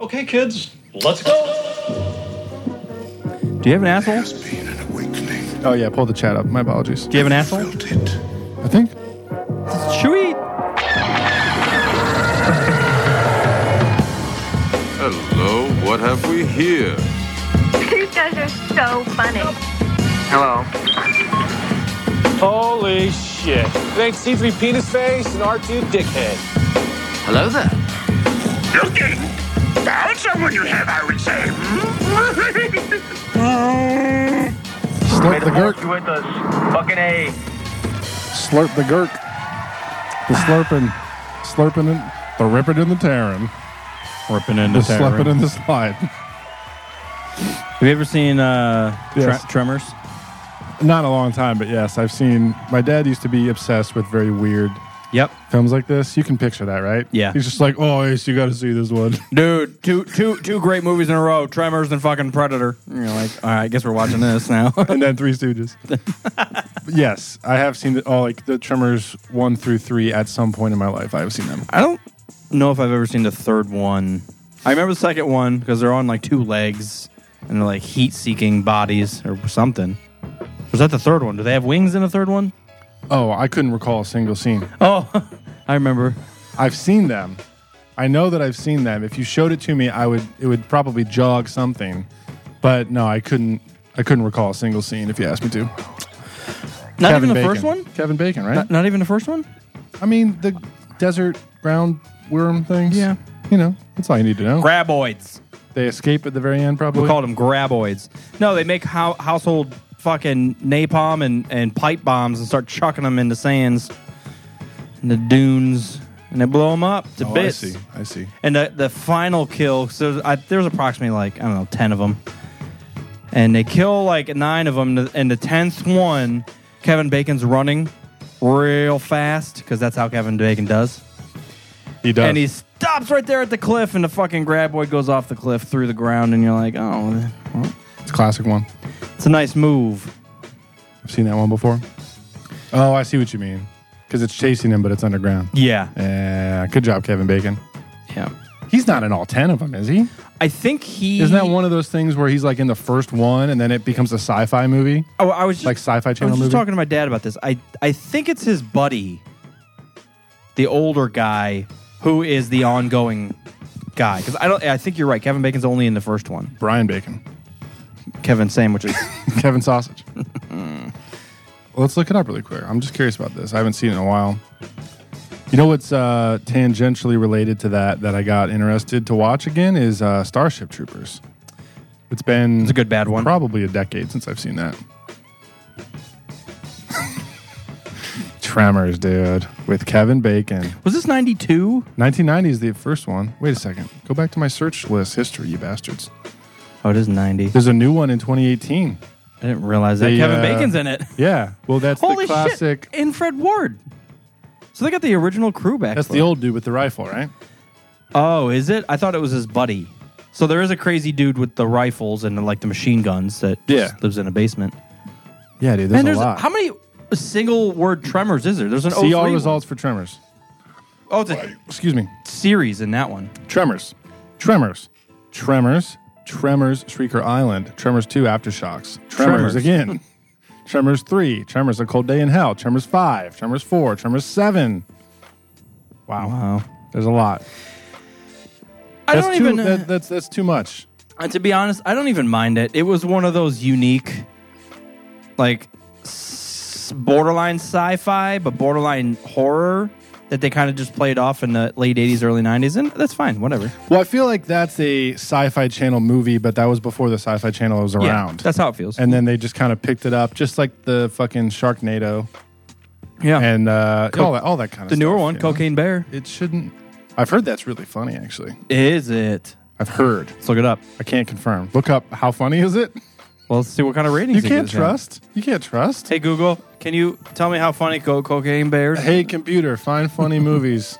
Okay, kids, let's go. Do you have an asshole? Do There's been an awakening. Oh yeah, pull the chat up. My apologies. you have an asshole? Felt it. I think Chewy. Hello, what have we here? These guys are so funny. Hello. Holy shit. Thanks, C3 Penis Face and R2 Dickhead. Hello there. Looking. Found someone you have, I would say. slurp the gurk. with us. Fucking A. Slurp the gurk. The slurping, slurping it, the ripping in the tearing, Ripping into the slipping in the slide. Have you ever seen uh, Yes. tre- Tremors? Not a long time, but yes, I've seen. My dad used to be obsessed with very weird Yep. films like this. You can picture that, right? Yeah. He's just like, oh, Ace, you got to see this one. Dude, two two two great movies in a row: Tremors and fucking Predator. And you're like, all right, I guess we're watching this now. and then Three Stooges. yes, I have seen the, oh, like the Tremors one through three at some point in my life. I have seen them. I don't know if I've ever seen the third one. I remember the second one because they're on like two legs and they're like heat-seeking bodies or something. Was that the third one? Do they have wings in the third one? Oh, I couldn't recall a single scene. Oh, I remember. I've seen them. I know that I've seen them. If you showed it to me, I would. It would probably jog something, but no, I couldn't. I couldn't recall a single scene if you asked me to. Not even Kevin the Bacon. first one. Kevin Bacon, right? Not, not even the first one. I mean, the desert ground worm things. Yeah. You know, that's all you need to know. Graboids. they escape at the very end, probably. We called them graboids. No, they make hou- household fucking napalm and, and pipe bombs and start chucking them into sands and the dunes and they blow them up to Oh, I bits. see. I see. And the, the final kill, so there's, I, there's approximately like, I don't know, 10 of them. And they kill like nine of them. And the- And the 10th one, Kevin Bacon's running real fast because that's how Kevin Bacon does. He does. And he stops right there at the cliff, and the fucking graboid goes off the cliff through the ground, and you're like, oh, It's a classic one. It's a nice move. I've seen that one before. Oh, I see what you mean. Because it's chasing him, but it's underground. Yeah. Yeah. Good job, Kevin Bacon. Yeah. He's not in all 10 of them, is he? I think he Isn't that one of those things where he's like in the first one and then it becomes a sci fi movie? Oh, I was just Like sci-fi channel I was just movie? talking to my dad about this. I I think it's his buddy, the older guy, who is the ongoing guy. Because I don't. I think you're right. Kevin Bacon's only in the first one. Brian Bacon. Kevin sandwiches. Kevin Sausage. well, let's look it up really quick. I'm just curious about this. I haven't seen it in a while. You know what's uh, tangentially related to that that I got interested to watch again is uh, Starship Troopers. It's been it's a good bad one. Probably a decade since I've seen that. Tremors, dude, with Kevin Bacon. was this '92? 1990 is the first one. Wait a second. Go back to my search list history, you bastards. Oh, it is '90. There's a new one in 2018. I didn't realize that The, Kevin uh, Bacon's in it. Yeah. Well, that's Holy the classic. shit! And Fred Ward. So they got the original crew back. That's for it. the old dude with the rifle, right? Oh, is it? I thought it was his buddy. So there is a crazy dude with the rifles and like the machine guns that Yeah. lives in a basement. Yeah, dude. There's And there's a lot. how many single word tremors is there? There's an See 03 all one. results for Tremors. Oh, it's a Excuse me. series in that one. Tremors. Tremors. Tremors. Tremors. Shrieker Island. Tremors 2 Aftershocks. Tremors. Tremors, again. Tremors 3. Tremors A Cold Day in Hell. Tremors 5. Tremors 4. Tremors 7. Wow. Wow. There's a lot. I That's don't too, even. that- that's, that's too much. uh, to be honest, I don't even mind it. It was one of those unique, like, s- borderline sci-fi but borderline horror that they kind of just played off in the late '80s, early '90s, and that's fine. Whatever. Well, I feel like that's a sci fi channel movie, but that was before the sci fi channel was Yeah, around. that's how it feels. and then they just kind of picked it up, just like the fucking Sharknado yeah, and uh, Co- all, that, all that kind of the stuff. newer one, you know? Cocaine Bear. It shouldn't. I've heard that's really funny, actually. Is it? I've heard. Let's look it up. I can't confirm. Look up how funny is it? Well, let's see what kind of ratings You it can't gives now. trust. You can't trust. Hey Google, can you tell me how funny co- cocaine bears? Hey computer, find funny movies.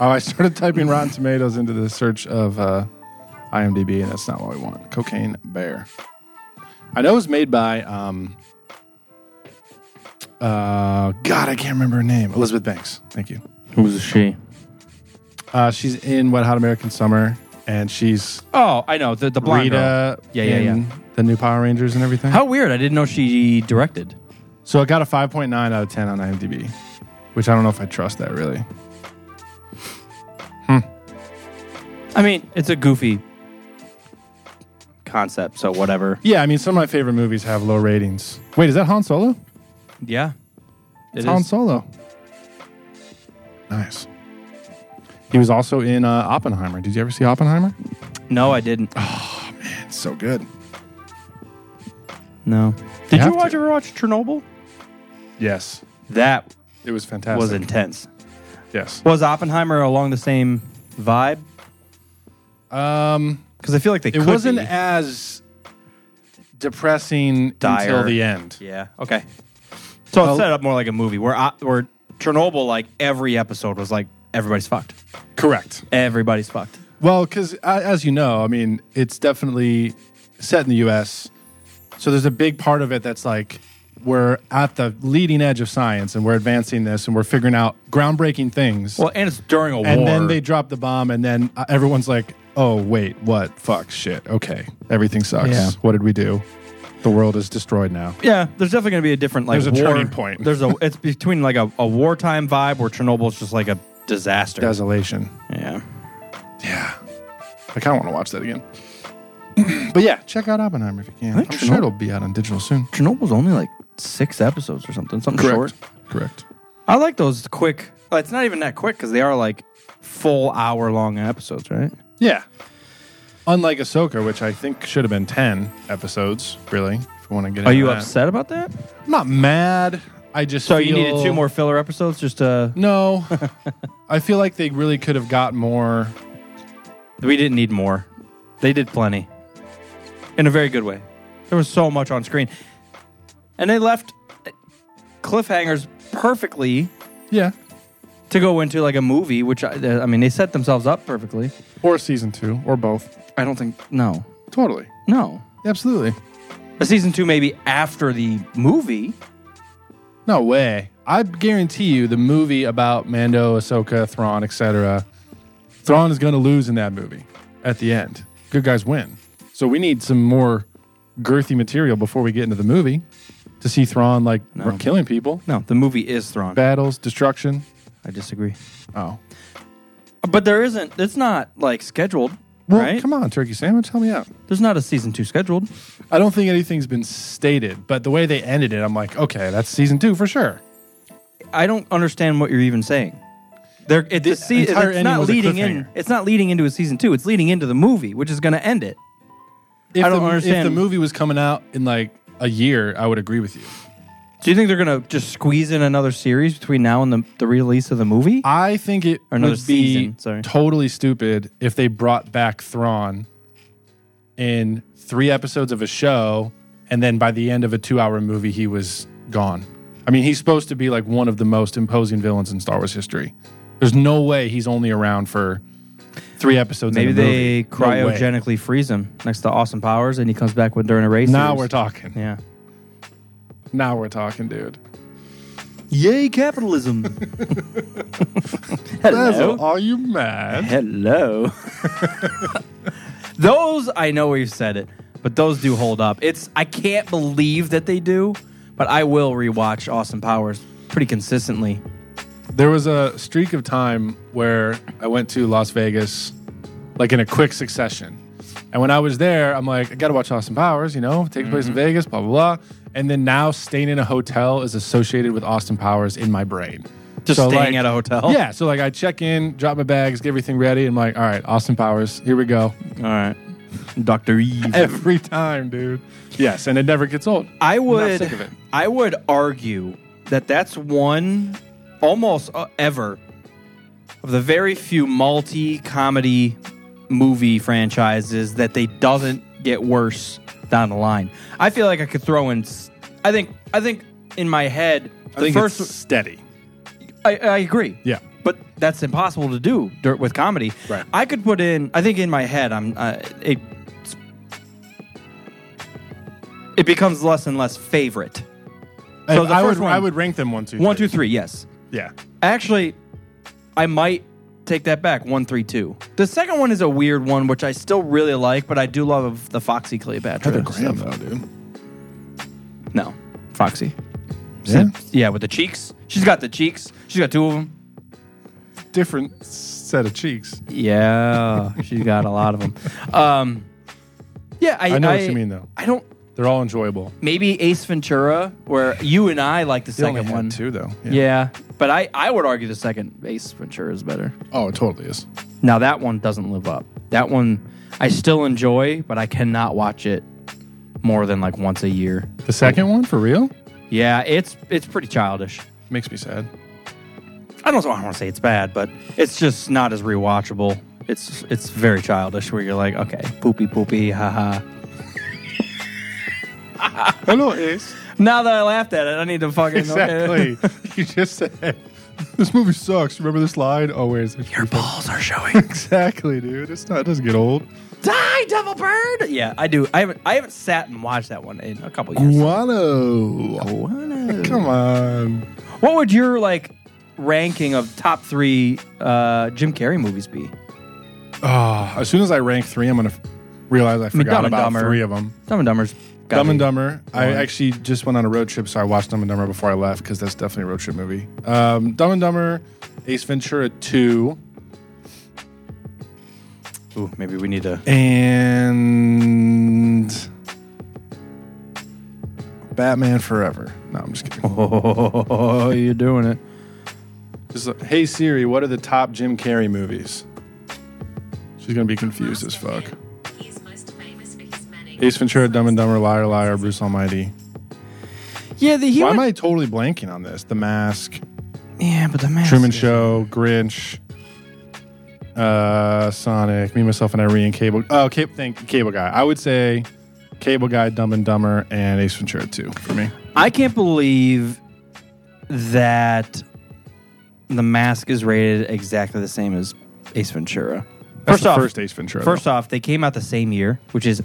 Oh, I started typing Rotten Tomatoes into the search of uh, IMDb, and that's not what we want. Cocaine Bear. I know it was made by. Um, uh, God, I can't remember her name. Elizabeth Banks. Thank you. Who's she? Uh, she's in Wet Hot American Summer. and she's Oh, I know the the blonde Rita. girl. Yeah, yeah, yeah. in The new Power Rangers and everything. How weird! I didn't know she directed. So it got a 5.9 out of 10 on IMDb, which I don't know if I trust that really. I mean, it's a goofy concept, so whatever. Yeah, I mean, some of my favorite movies have low ratings. Wait, is that Han Solo? Yeah, it It's Han is. Solo. Nice. He was also in uh, Oppenheimer. Did you ever see Oppenheimer? No, I didn't. It's so good. No. Did you have watch, to. ever watch Chernobyl? Yes, That it was fantastic. was intense. Yes. Was Oppenheimer along the same vibe? Um, Because I feel like they it could wasn't be. as depressing Dire. until the end. yeah. Okay. So Well- it's set up more like a movie where O- where Chernobyl, like every episode was like everybody's fucked. Correct. Everybody's fucked. Well, because as you know, I mean, it's definitely set in the U.S. So there's a big part of it that's like we're at the leading edge of science and we're advancing this and we're figuring out groundbreaking things. Well, and it's during a and war. then they drop the bomb, and then uh, everyone's like, "Oh wait, what? Fuck, shit. Okay, everything sucks. Yeah. What did we do? The world is destroyed now." Yeah, there's definitely going to be a different like There's a war- turning point. There's a it's between like a, a wartime vibe where Chernobyl's just like a disaster. Desolation. yeah. Yeah, I kind of want to watch that again. but yeah, check out Oppenheimer if you can. I I'm think sure Chernobyl- it'll be out on digital soon. Chernobyl's only like six episodes or something, something short. Correct. I like those quick. well, It's not even that quick because they are like full hour long episodes, right? Yeah. Unlike Ahsoka, which I think should have been 10 episodes, really, if you want to get Are into you that. upset about that? I'm not mad. I just So you feel- needed two more filler episodes just to. No. I feel like they really could have got more. We didn't need more. They did plenty, in a very good way. There was so much on screen, and they left cliffhangers perfectly Yeah. to go into like a movie, which I, I mean, they set themselves up perfectly. Or season two, or both. I don't think no, Totally. no. Absolutely. A season two maybe after the movie. No way. I guarantee you the movie about Mando, Ahsoka, Thrawn, etc. Thrawn is going to lose in that movie at the end. Good guys win. So we need some more girthy material before we get into the movie to see Thrawn like r- killing people, No, the movie is Thrawn. battles, destruction. I disagree. Oh. But there isn't. It's not like scheduled, Well, right? come on, turkey sandwich, help me out. There's not a season two scheduled. I don't think anything's been stated, but the way they ended it, I'm like, okay, that's season 2 for sure. I don't understand what you're even saying. There, it, the se- entire it's ending not was a leading in. cliffhanger. It's not leading into a season two. It's leading into the movie, which is going to end it. If I don't the, If understand. the movie was coming out in like a year, I would agree with you. Do you think they're going to just squeeze in another series between now and the, the release of the movie? I think it Or another would be season, sorry. totally stupid if they brought back Thrawn in three episodes of a show, and then by the end of a two-hour movie, he was gone. I mean, he's supposed to be like one of the most imposing villains in Star Wars history. There's no way he's only around for three episodes. Maybe in a they movie. No way. cryogenically freeze him next to Awesome Powers, and he comes back with during a race. now series. we're talking. Yeah. Now we're talking, dude. Yay, capitalism. Hello. Basil, are you mad? Hello. those I know we've said it, but those do hold up. It's I can't believe that they do, but I will rewatch Awesome Powers pretty consistently. There was a streak of time where I went to Las Vegas, like in a quick succession. And when I was there, I'm like, I gotta watch Austin Powers, you know, take place in Mm-hmm. Vegas, blah, blah, blah. And then now staying in a hotel is associated with Austin Powers in my brain. Just So, staying like- at a hotel. Yeah. So like I check in, drop my bags, get everything ready. And I'm like, all right, Austin Powers, here we go. All right. Dr. Eve. Every time, dude. Yes. And it never gets old. I not would sick of it. I would argue that that's one almost uh, ever of the very few multi comedy movie franchises that they doesn't get worse down the line. I feel like I could throw in s- I think I think in my head the I think first it's steady. I, I agree. Yeah. but that's impossible to do dirt with comedy. Right. I could put in. I think in my head, I'm. Uh, it it becomes less and less favorite. So the I, first would, one- I would rank them one, two, three. One, two, three. Yes. Yeah. Actually, I might take that back. One, three, two. The second one is a weird one, which I still really like, but I do love the Foxy Cleopatra. Heather Graham, stuff. though, dude. No, Foxy. Yeah. Yeah, with the cheeks. She's got the cheeks. She's got two of them. Different set of cheeks. Yeah, she's got a lot of them. Um, yeah, I, I know what you mean, though. I don't. They're all enjoyable. Maybe Ace Ventura, where you and I like the They only second had one. two, though. Yeah. but I I would argue the second Ace Ventura is better. Oh, it totally is. Now that one doesn't live up. That one I still enjoy, but I cannot watch it more than like once a year. The second one, for real? Yeah, it's it's pretty childish. Makes me sad. I don't, I don't want to say it's bad, but it's just not as rewatchable. It's it's very childish where you're like, okay, poopy poopy, haha. Hello, Ace. Now that I laughed at it, I need to fucking Exactly. you just said, this movie sucks. Remember this line? Oh, Always. Your balls are showing. Exactly, dude. It's not, it doesn't get old. Die, devil bird. Yeah, I do. I haven't I haven't sat and watched that one in a couple years. Guano. Come on. What would your like ranking of top three uh, Jim Carrey movies be? Ah, as soon as I rank three, I'm going to realize I forgot Dumb and about Dumber. three of them. Dumb and Dumber's got Dumb me. and Dumber. I One. actually just went on a road trip, so I watched Dumb and Dumber before I left because that's definitely a road trip movie. Um, Dumb and Dumber, Ace Ventura 2, Ooh, maybe we need to. and Batman Forever. No, I'm just kidding. Oh, you're doing it. Just like, hey Siri, what are the top Jim Carrey movies? She's going to be confused as fuck. Ace Ventura, Dumb and Dumber, Liar Liar, Bruce Almighty. Yeah, the he Why went- am I totally blanking on this? The Mask, Yeah, but the mask. Truman is- Show, Grinch, uh, Sonic, Me, Myself, and Irene, Cable. Oh, Cable, thank, Cable Guy. I would say Cable Guy, Dumb and Dumber, and Ace Ventura 2 for me. I can't believe that the mask is rated exactly the same as Ace Ventura. That's the first Ace Ventura. though. First off, they came out the same year, which is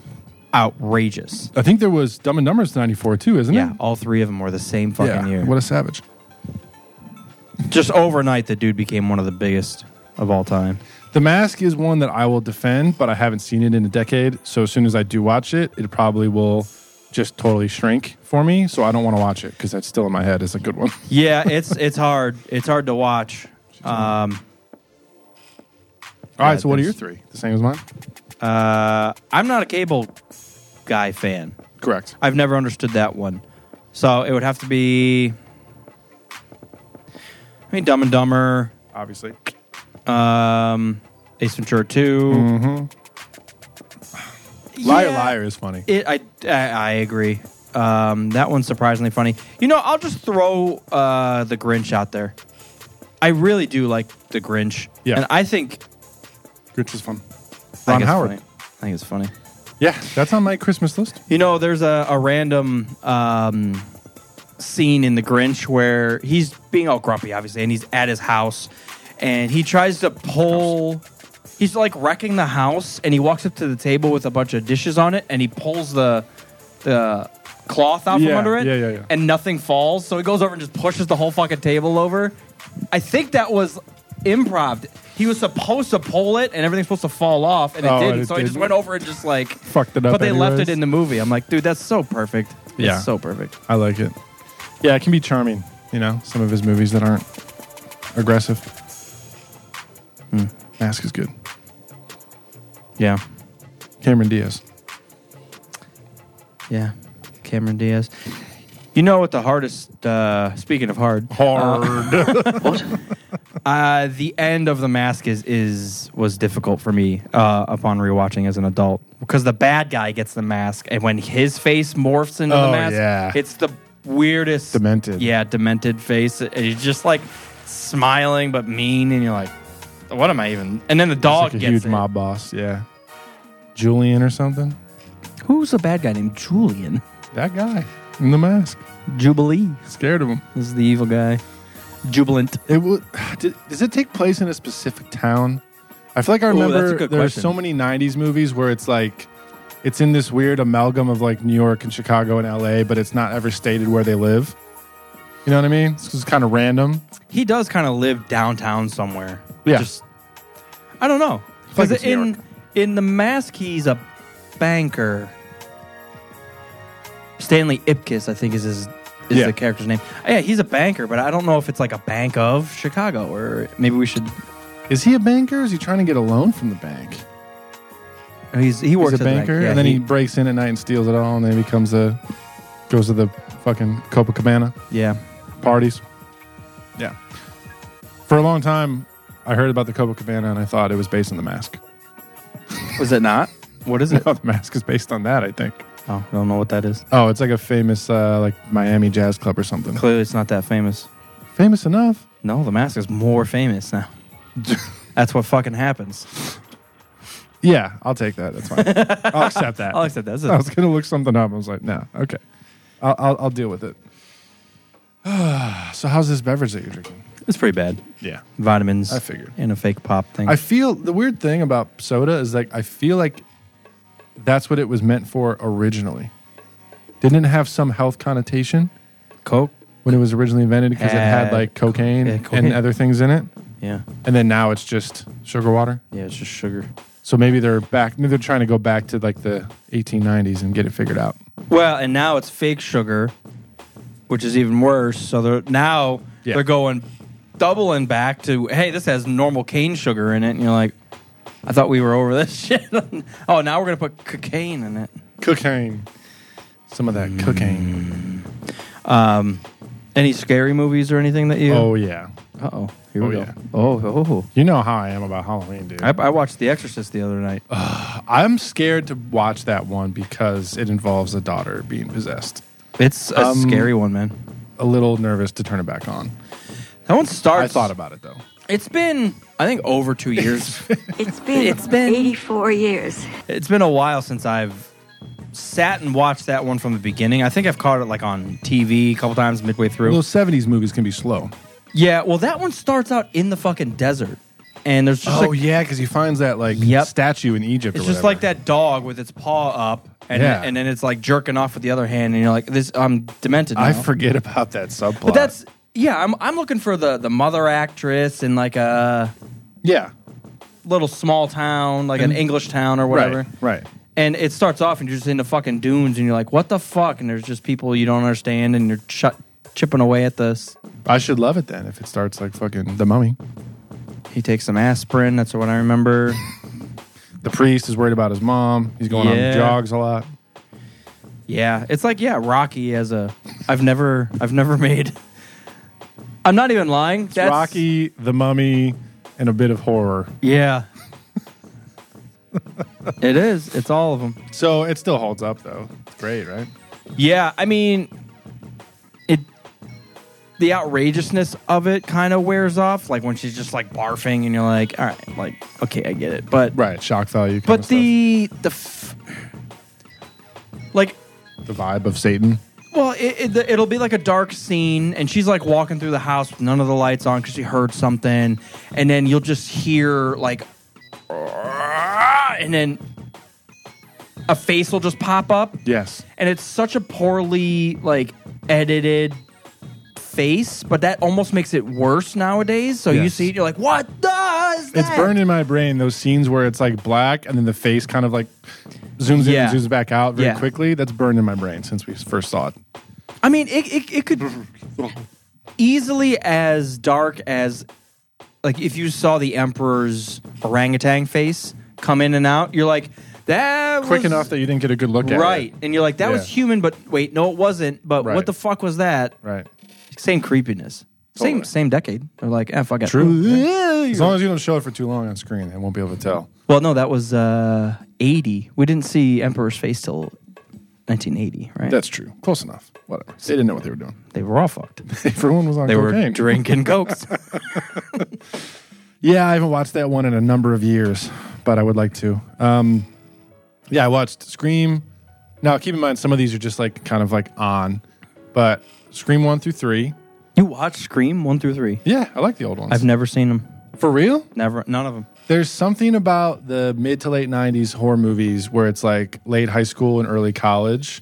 outrageous. I think there was Dumb and Dumber's 94 too, isn't Yeah, it? all three of them were the same fucking year. What a savage. Just overnight, the dude became one of the biggest of all time. The Mask is one that I will defend, but I haven't seen it in a decade. So as soon as I do watch it, it probably will just totally shrink for me. So I don't want to watch it because that's still in my head. It's a good one. Yeah, it's it's hard. It's hard to watch. Um, All right. So what are your thanks. three? The same as mine? uh, I'm not a cable guy fan. Correct. I've never understood that one. So it would have to be. I mean, Dumb and Dumber, Obviously. um, Ace Ventura 2. Mm-hmm. Liar, Yeah. liar is funny. It, I, I, I agree. Um, that one's surprisingly funny. You know, I'll just throw uh, the Grinch out there. I really do like the Grinch. Yeah. And I think. Grinch is fun. I Ron think it's Howard. funny. I think it's funny. Yeah, that's on my Christmas list. You know, there's a, a random um, scene in The Grinch where he's being all grumpy, obviously, and he's at his house and he tries to pull. He's like wrecking the house and he walks up to the table with a bunch of dishes on it and he pulls the, the cloth out Yeah, from under it yeah, yeah, yeah. and nothing falls. So he goes over and just pushes the whole fucking table over. I think that was improv. He was supposed to pull it and everything's supposed to fall off and it Oh, didn't. and it so he just didn't. went over and just like Fucked it up But they left anyways. it in the movie. I'm like, dude, that's so perfect. Yeah. It's so perfect. I like it. Yeah, it can be charming. You know, some of his movies that aren't aggressive. Hmm. Mask is good. Yeah. Cameron Diaz. Yeah. Cameron Diaz. You know what the hardest uh speaking of hard. Hard. Uh the end of the mask is is was difficult for me uh upon rewatching as an adult. Because the bad guy gets the mask and when his face morphs into Oh, the mask, yeah. it's the weirdest Demented. Yeah, demented face. And He's just like smiling but mean and you're like, what am I even and then the dog like a gets huge it. mob boss. Yeah, Julian or something. Who's a bad guy named Julian? That guy in the mask, Jubilee scared of him. is the evil guy. Jubilant. It would. Did, does it take place in a specific town? I feel like I remember that's a good there are question. so many '90s movies where it's like it's in this weird amalgam of like New York and Chicago and LA, but it's not ever stated where they live. You know what I mean? It's just kind of random. He does kind of live downtown somewhere. Yeah. Just I don't know. like Because it's New in York. in the mask, he's a banker. Stanley Ipkiss, I think, is his is Yeah. the character's name. Yeah, he's a banker, but I don't know if it's like a bank of Chicago or maybe we should. Is he a banker? Is he trying to get a loan from the bank? He's he works He's a at the bank. banker, Yeah, and then he, he- breaks in at night and steals it all, and then he becomes a goes to the fucking Copacabana yeah. parties. Yeah. For a long time, I heard about the Copacabana, and I thought it was based on the mask. Was it not? What is it? No, the mask is based on that, I think. Oh, I don't know what that is. Oh, it's like a famous uh, like Miami jazz club or something. Clearly, it's not that famous. Famous enough. No, the mask is more famous now. That's what fucking happens. Yeah, I'll take that. That's fine. I'll accept that. I'll accept that. That's a- I was gonna look something up. I was like, no, okay, I'll, I'll, I'll deal with it. so, how's this beverage that you're drinking? It's pretty bad. Yeah, Vitamins. I figured. And a fake pop thing. I feel the weird thing about soda is like I feel like that's what it was meant for originally. Didn't it have some health connotation Coke. when it was originally invented because it had Had like cocaine, yeah, cocaine. and other things in it, Yeah. and then now it's just sugar water. Yeah, it's just sugar. So maybe they're back. Maybe they're trying to go back to like the 1890s and get it figured out. Well, and now it's fake sugar, which is even worse. So they're now Yeah. they're going doubling back to hey, this has normal cane sugar in it, and you're like, I thought we were over this shit. oh, now we're gonna put cocaine in it. Cocaine. Some of that cocaine. Any scary movies or anything that you? Oh yeah. Um, oh, here we go. oh, yeah. Oh, oh. You know how I am about Halloween, dude. I, I watched The Exorcist the other night. I'm scared to watch that one because it involves a daughter being possessed. It's a Um, scary one, man. A little nervous to turn it back on. That one starts. I thought about it though. It's been, I think, over two years. It's been, It's been- 84 years. It's been a while since I've sat and watched that one from the beginning. I think I've caught it like on TV a couple times midway through. Those 70s movies can be slow. yeah, well, that one starts out in the fucking desert, and there's just like, Oh, yeah, because he finds that like Yep. statue in Egypt. it's or just whatever. like that dog with its paw up, and Yeah. and then it's like jerking off with the other hand, and you're like, this, I'm demented. Now. I forget about that subplot. but that's yeah. I'm I'm looking for the the mother actress in like uh, a yeah, little small town, like an English town or whatever. Right, right. And it starts off, and you're just in the fucking dunes, and you're like, "What the fuck?" And there's just people you don't understand, and you're ch- chipping away at this. I should love it then if it starts like fucking the mummy. He takes some aspirin. That's what I remember. The priest is worried about his mom. He's going Yeah. on jogs a lot. yeah, it's like yeah, Rocky as a. I've never, I've never made. I'm not even lying. That's, Rocky, the mummy, and a bit of horror. Yeah. it is. It's all of them. So it still holds up though. It's great, right? Yeah, I mean, it. The outrageousness of it kind of wears off, like when she's just like barfing, and you're like, all right, like okay, I get it, but Right, shock value. kind but of the the f- like stuff. the vibe of Satan. well it, it, it'll be like a dark scene and she's like walking through the house with none of the lights on because she heard something and then you'll just hear like and then a face will just pop up Yes. and it's such a poorly like edited face but that almost makes it worse nowadays so you Yes. see it you're like what does It's that? burned in my brain those scenes where it's like black and then the face kind of like zooms in Yeah. and zooms back out very Yeah. quickly. That's burned in my brain since we first saw it. I mean, it, it, it could easily as dark as like if you saw the emperor's orangutan face come in and out, you're like that Quick was enough that you didn't get a good look at it. right, and you're like that was Yeah. human, but wait, no, it wasn't. But Right. what the fuck was that? Right. Same creepiness, same Totally. same decade. They're like, eh, fuck it. As long as you don't show it for too long on screen, they won't be able to tell. Well, no, that was uh, eighty. We didn't see emperor's face till 1980, right? That's true. Close enough. Whatever. They didn't know what they were doing. they were all fucked. Everyone was on They were cocaine. drinking cokes. Yeah, I haven't watched that one in a number of years, but I would like to. Um, yeah, I watched Scream. Now, keep in mind, some of these are just like kind of like on, but Scream one through three. you watched Scream one through three. Yeah, I like the old ones. I've never seen them. For real? Never, none of them. There's something about the mid to late '90s horror movies where it's like late high school and early college,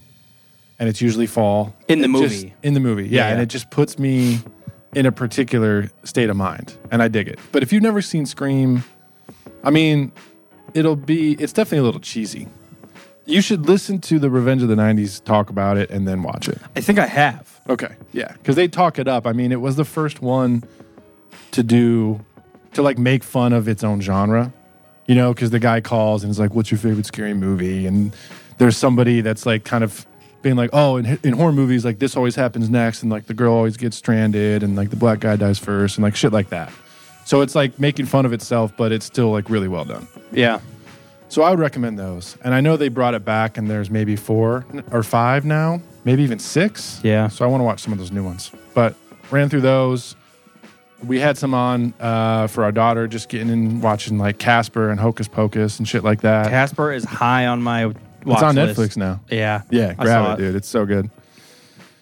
and it's usually fall In the It just- movie. in the movie, yeah, Yeah. and it just puts me in a particular state of mind, and I dig it. But if you've never seen Scream, I mean, it'll be it's definitely a little cheesy. You should listen to the Revenge of the '90s talk about it and then watch it. I think I have. Okay, yeah, because they talk it up. I mean, it was the first one to do to like make fun of its own genre, you know, because the guy calls and is like, "What's your favorite scary movie?" And there's somebody that's like kind of being like, "Oh, in, in horror movies, like this always happens next, and like the girl always gets stranded, and like the black guy dies first, and like shit like that." So it's like making fun of itself, but it's still like really well done. Yeah. So I would recommend those. And I know they brought it back, and there's maybe four or five now, maybe even six. Yeah. So I want to watch some of those new ones. But ran through those. We had some on uh, for our daughter, just getting in watching like Casper and Hocus Pocus and shit like that. Casper is high on my watch it's on list. Netflix now. Yeah. Yeah, I grab saw it, dude. It's so good.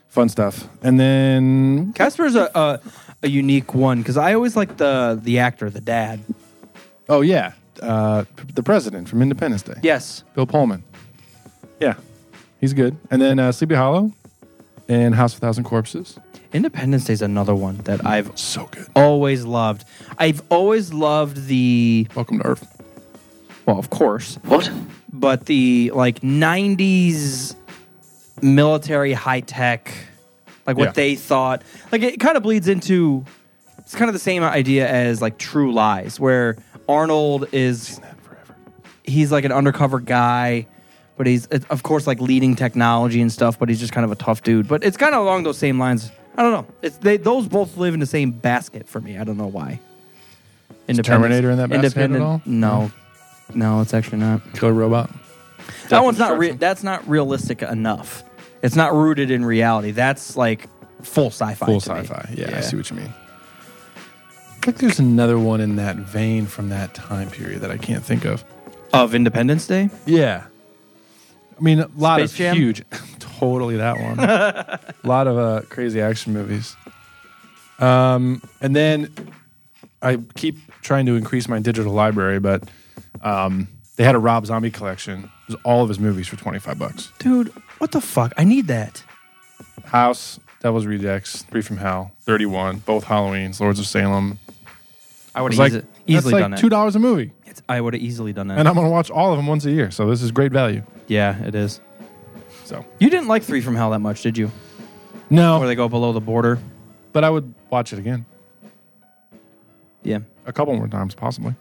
Fun stuff. And then Casper's a, a, a unique one because I always like the the actor, the dad. oh yeah, uh, p- the president from Independence Day. Yes. Bill Pullman. Yeah, he's good. And then uh, Sleepy Hollow and House of Thousand Corpses. Independence Day is another one that I've So good. always loved. I've always loved the Welcome to Earth. well, of course, What? but the like 90s military high tech like what Yeah. they thought like it kind of bleeds into it's kind of the same idea as like True Lies where Arnold is he's like an undercover guy but he's uh, of course like leading technology and stuff but he's just kind of a tough dude but it's kind of along those same lines I don't know it's they those both live in the same basket for me I don't know why Independence- Terminator in that basket at Independent- all? no no it's actually not Killer Robot. that one's not re- that's not realistic enough. It's not rooted in reality. That's like full sci-fi. Full to me. sci-fi. Yeah, I see what you mean. I think there's another one in that vein from that time period that I can't think of. Of Independence Day. Yeah. I mean, a lot Space of Jam? huge. totally that one. a lot of uh, crazy action movies. Um, and then I keep trying to increase my digital library, but um, they had a Rob Zombie collection. It was all of his movies for 25 bucks. Dude, what the fuck? I need that. House, Devil's Rejects, Three from Hell, 31, both Halloweens, Lords of Salem. I would It's have like, easily that's done like it. $2 a movie. It's- I would have easily done that. And I'm going to watch all of them once a year. So this is great value. yeah, it is. So, You didn't like Three from Hell that much, did you? no, Where they go below the border. but I would watch it again. Yeah. a couple more times possibly.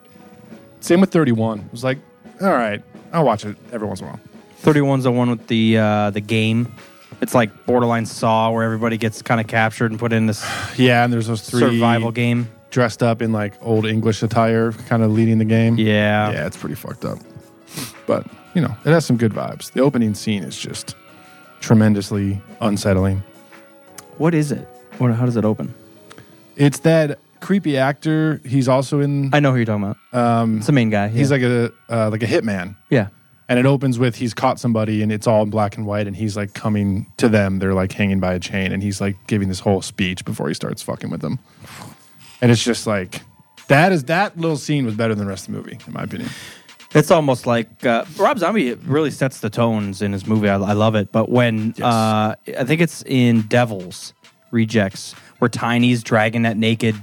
Same with 31. It was like, all right, I'll watch it every once in a while. 31's the one with the uh, the game. It's like borderline Saw, where everybody gets kind of captured and put in this Yeah, and there's those three survival game. dressed up in like old English attire, kind of leading the game. Yeah. yeah, it's pretty fucked up. But you know, it has some good vibes. The opening scene is just tremendously unsettling. What is it? What, how does it open? It's that creepy actor. He's also in. I know who you're talking about. Um, it's the main guy. He's yeah. like a uh, like a hitman. yeah. And it opens with he's caught somebody and it's all in black and white and he's like coming to them. They're like hanging by a chain and he's like giving this whole speech before he starts fucking with them. And it's just like that is that little scene was better than the rest of the movie, in my opinion. It's almost like uh, Rob Zombie really sets the tones in his movie. I, I love it. But when uh, I think it's in Devils Rejects, where Tiny's dragging that naked,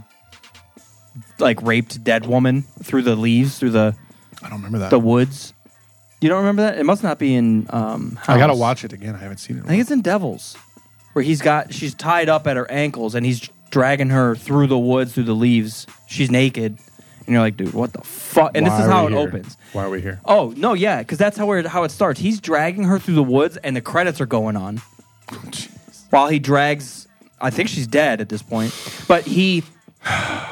like raped dead woman through the leaves, through the, I don't remember that. the woods. You don't remember that? It must not be in. Um, I gotta House. watch it again. I haven't seen it. in a I think it's in Devils, where he's got she's tied up at her ankles and he's dragging her through the woods, through the leaves. She's naked, and you're like, dude, what the fuck? And while. this is Why how are it we here? opens. Why are we here? Oh no, yeah, because that's how it, how it starts. He's dragging her through the woods, and the credits are going on while he drags. I think she's dead at this point, but he.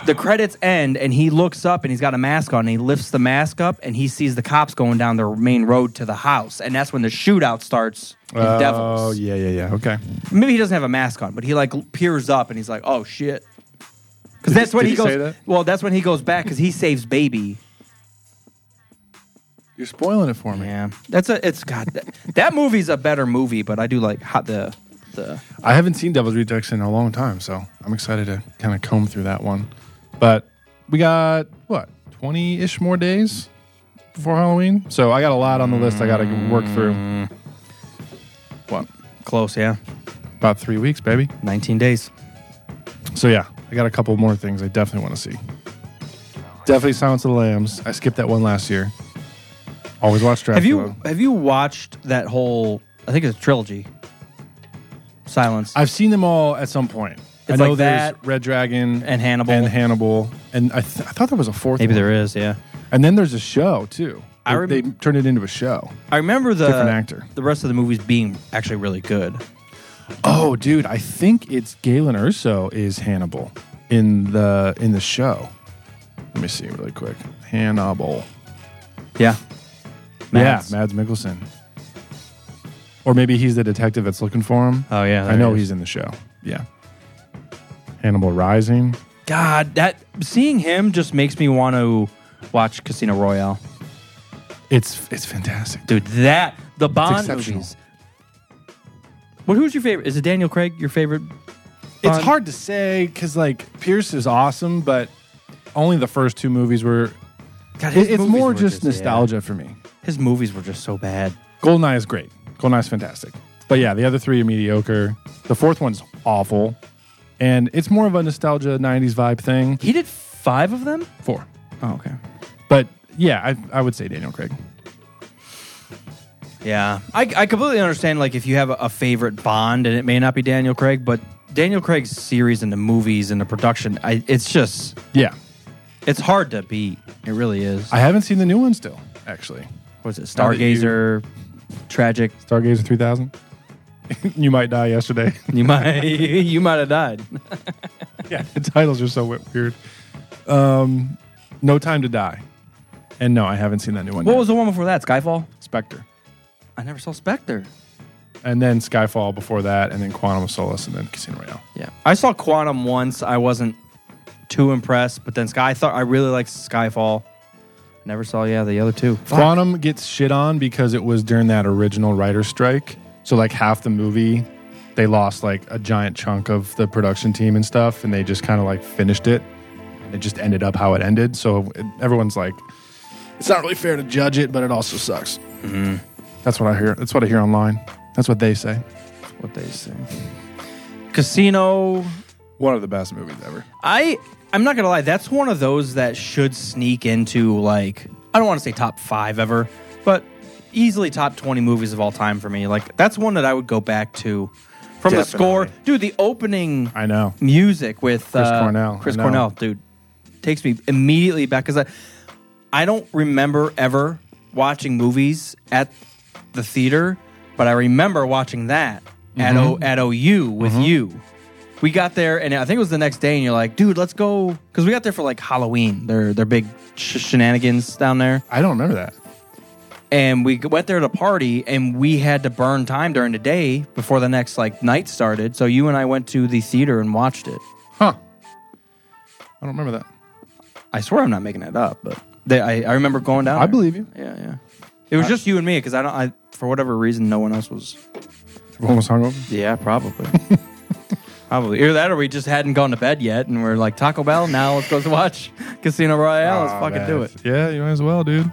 The credits end, and he looks up, and he's got a mask on. and He lifts the mask up, and he sees the cops going down the main road to the house, and that's when the shootout starts. In Oh Devils. yeah, yeah, yeah. Okay. Maybe he doesn't have a mask on, but he like peers up, and he's like, "Oh shit," because that's when did he he goes. say that? Well, that's when he goes back because he saves baby. You're spoiling it for me. Yeah, that's a it's God. That, that movie's a better movie, but I do like how the the I haven't seen Devil's Rejects in a long time, so I'm excited to kind of comb through that one. But we got what 20 ish more days before Halloween, so I got a lot on the list I got to work through. What close. Yeah, about three weeks, baby? nineteen days. So yeah, I got a couple more things I definitely want to see. Definitely Silence of the Lambs. I skipped that one last year. Always watch Dracula. Have you have you watched that whole? I think it's a trilogy. Silence. I've seen them all at some point. I It's know like there's that Red Dragon and Hannibal. and Hannibal, and I, th- I thought there was a fourth. Maybe one. there is. Yeah. And then there's a show too. I They- rem- they turned it into a show. I remember the Different actor. The rest of the movies being actually really good. Oh, dude, I think it's Galen Urso is Hannibal in the in the show. Let me see really quick. Hannibal. Yeah. Mads. Yeah, Mads Mikkelsen. Or maybe he's the detective that's looking for him. Oh, yeah, I there know he is. he's in the show. Yeah. Hannibal Rising. God, that seeing him just makes me want to watch Casino Royale. It's it's fantastic. Dude, that the Bond exceptional. movies. What who's your favorite? Is it Daniel Craig your favorite? It's Bond? hard to say because like Pierce is awesome, but only the first two movies were. God, his It, it's movies more were just yeah. nostalgia for me. His movies were just so bad. Goldeneye is great. Goldeneye's fantastic. But yeah, the other three are mediocre. The fourth one's awful. And it's more of a nostalgia 90s vibe thing. He did five of them. Four. Oh, okay. But yeah, I, I would say Daniel Craig. Yeah, I, I completely understand. Like, if you have a, a favorite Bond, and it may not be Daniel Craig, but Daniel Craig's series and the movies and the production, I, it's just Yeah. it's hard to beat. It really is. I haven't seen the new one still, actually. What is it Now that you- Stargazer, Tragic? Stargazer 3000. you might die yesterday. You might you might have died. yeah, the titles are so we- weird. Um, no Time to Die. And no, I haven't seen that new one. What yet. was the one before that? Skyfall. Spectre? I never saw Spectre. And then Skyfall before that, and then Quantum of Solace, and then Casino Royale. Yeah, I saw Quantum once. I wasn't too impressed, but then Sky. I thought I really liked Skyfall. Never saw yeah the other two. Fuck. Quantum gets shit on because it was during that original writer strike. So like half the movie, they lost like a giant chunk of the production team and stuff, and they just kind of like finished it. It just ended up how it ended. So it, everyone's like, it's not really fair to judge it, but it also sucks. Mm-hmm. That's what I hear. That's what I hear online. That's what they say. What they say. Casino. One of the best movies ever. I I'm not gonna lie, that's one of those that should sneak into like I don't want to say top five ever, but easily top twenty movies of all time for me. Like that's one that I would go back to from the score, dude. The opening I know. music with Chris Cornell, Chris I know. Cornell, dude, takes me immediately back because I I don't remember ever watching movies at the theater, but I remember watching that at o, Mm-hmm. at OU with you. We got there, and I think it was the next day, and you're like, "Dude, let's go," because we got there for like Halloween. Their their big sh- shenanigans down there, I don't remember that. and we g- went there to party, and we had to burn time during the day before the next like night started. So you and I went to the theater and watched it. Huh. I don't remember that. I swear I'm not making that up, but they, I, I remember going down. I there. believe you. Yeah, yeah. It was just you and me because I don't. I for whatever reason, no one else was. Everyone was hungover. Yeah, probably. probably either that or we just hadn't gone to bed yet, and we're like Taco Bell. Now let's go watch Casino Royale. let's Aw, fucking Ah, man. do it, Yeah, you might as well, dude.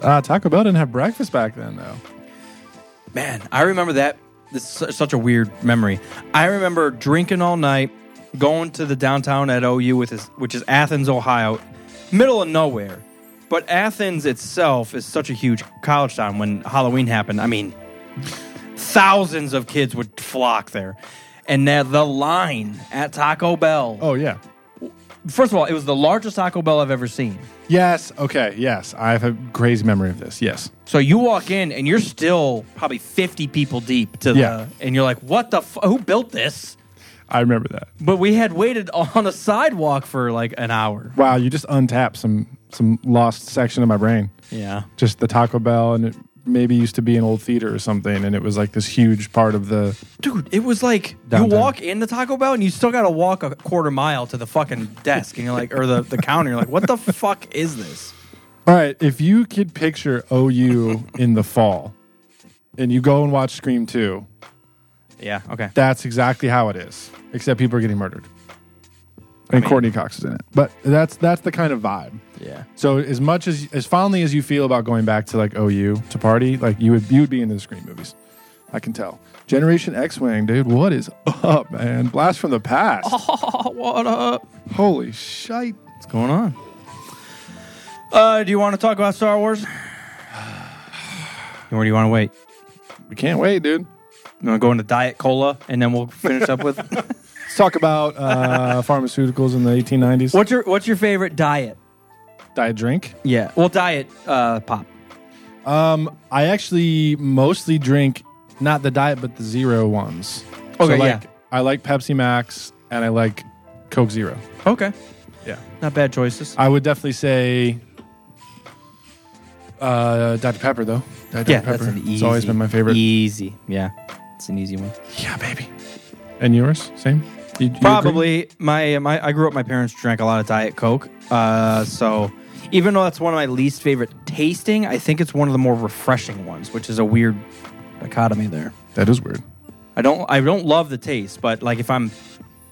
Uh, Taco Bell didn't have breakfast back then, though. man. I remember that. This is su- such a weird memory. I remember drinking all night, going to the downtown at OU with his, which is Athens, Ohio, middle of nowhere. But Athens itself is such a huge college town. When Halloween happened, I mean, thousands of kids would flock there. And now the line at Taco Bell. Oh yeah. First of all, it was the largest Taco Bell I've ever seen. Yes. Okay. Yes, I have a crazy memory of this. Yes. So you walk in and you're still probably 50 people deep to Yeah. the, and you're like, what the, f- who built this? I remember that. But we had waited on a sidewalk for like an hour. Wow, you just untapped some some lost section of my brain. Yeah. Just the Taco Bell, and it maybe used to be an old theater or something, and it was like this huge part of the. Dude, it was like you Downtown. walk in the Taco Bell and you still got to walk a quarter mile to the fucking desk and you're like, or the, the counter. You're like, what the fuck is this? All right, if you could picture OU in the fall, and you go and watch Scream Two, Yeah. Okay. That's exactly how it is. Except people are getting murdered. And Courtney Cox is in it. But that's that's the kind of vibe. Yeah. So as much as as fondly as you feel about going back to like OU to party, like you would you would be into the screen movies. I can tell. Generation X Wing, dude, what is up, man? Blast from the past. Oh, what up? Holy shite. What's going on? Uh, do you want to talk about Star Wars? Or do you want to wait? We can't wait, dude. You want to go into Diet Cola and then we'll finish up with Let's talk about uh, pharmaceuticals in the 1890s. what's your what's your favorite diet? diet drink? Yeah, well, diet uh, pop. Um, I actually mostly drink not the diet, but the zero ones. so Okay, like, yeah. I like Pepsi Max and I like Coke Zero. Okay, Yeah. not bad choices. I would definitely say uh, Dr. Pepper, though. Dr. yeah, Pepper. that's an easy. it's always been my favorite. Easy, yeah, it's an easy one. yeah, baby. And yours? Same? You- you agree? Probably my my I grew up. My parents drank a lot of Diet Coke, uh, so even though that's one of my least favorite tasting, I think it's one of the more refreshing ones, which is a weird dichotomy there. That is weird. I don't I don't love the taste, but like if I'm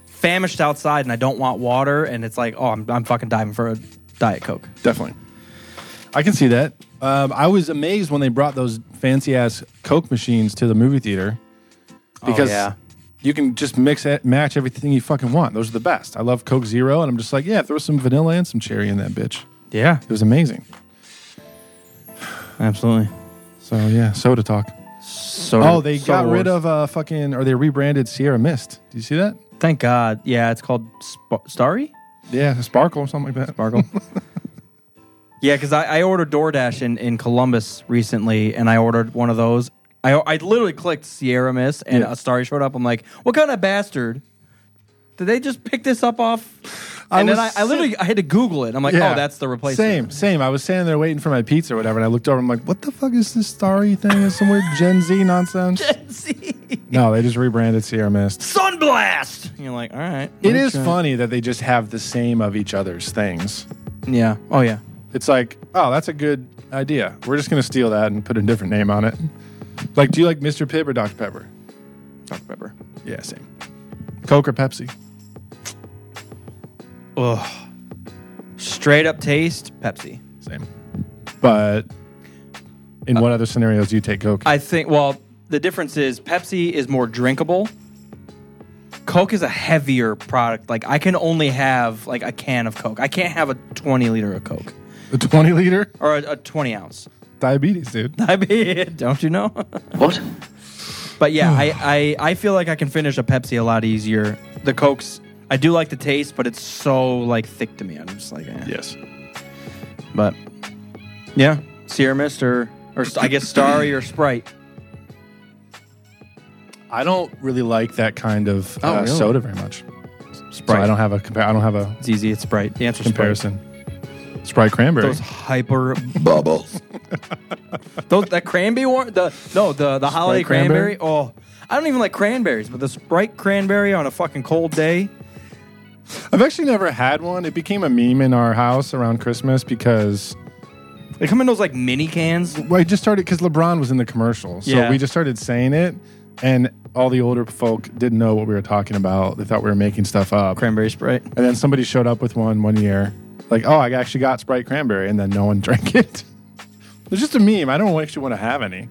famished outside and I don't want water, and it's like oh I'm I'm fucking diving for a Diet Coke. Definitely. I can see that. Um, I was amazed when they brought those fancy ass Coke machines to the movie theater because Oh, yeah. you can just mix it, match everything you fucking want. Those are the best. I love Coke Zero, and I'm just like, yeah, throw some vanilla and some cherry in that bitch. Yeah, It was amazing. absolutely. So yeah, soda talk. So Oh, they so got rid worse. of uh, fucking, or they rebranded Sierra Mist. Do you see that? Thank God. Yeah, it's called Sp- Starry. Yeah, Sparkle or something like that. Sparkle. Yeah, because I, I ordered DoorDash in, in Columbus recently, and I ordered one of those. I, I literally clicked Sierra Mist, and Yeah. a Starry showed up. I'm like, what kind of bastard? Did they just pick this up off? I and then I, was I literally I had to Google it. I'm like, oh, that's the replacement. Same, same. I was standing there waiting for my pizza or whatever, and I looked over. I'm like, what the fuck is this starry thing? It's some weird Gen Z nonsense. No, they just rebranded Sierra Mist. Sunblast. And you're like, all right. It is uh, funny that they just have the same of each other's things. Yeah. Oh yeah. It's like, oh, that's a good idea. We're just gonna steal that and put a different name on it. Like, do you like Mr. Pibb or Dr. Pepper? Dr Pepper. Yeah, same. Coke or Pepsi? Ugh. Straight up taste Pepsi. Same. But in what other scenarios do you take Coke? Uh, I think. Well, the difference is Pepsi is more drinkable. Coke is a heavier product. Like I can only have like a can of Coke. I can't have a twenty liter of Coke The 20 liter? or a, a twenty ounce. Diabetes, dude. I mean, don't you know? What? but yeah, I, I I feel like I can finish a Pepsi a lot easier. The Cokes, I do like the taste, but it's so like thick to me. I'm just like, eh. Yes. But yeah, Sierra Mist or or I guess Starry or Sprite. I don't really like that kind of Oh, uh, really? soda very much. So Sprite. I don't have a compar- I don't have a It's easy. It's Sprite. The answer is Sprite. comparison. Sprite cranberry. Those hyper bubbles. Those that cranberry one. The no the the holiday cranberry? cranberry. Oh, I don't even like cranberries, but the Sprite cranberry on a fucking cold day. I've actually never had one. It became a meme in our house around Christmas because They come in those like mini cans. well, I just started because LeBron was in the commercial, so Yeah. we just started saying it, and all the older folk didn't know what we were talking about. They thought we were making stuff up, Cranberry Sprite. and then somebody showed up with one one year, like, "Oh, I actually got Sprite cranberry," and then no one drank it. It's just a meme. I don't actually want to have any.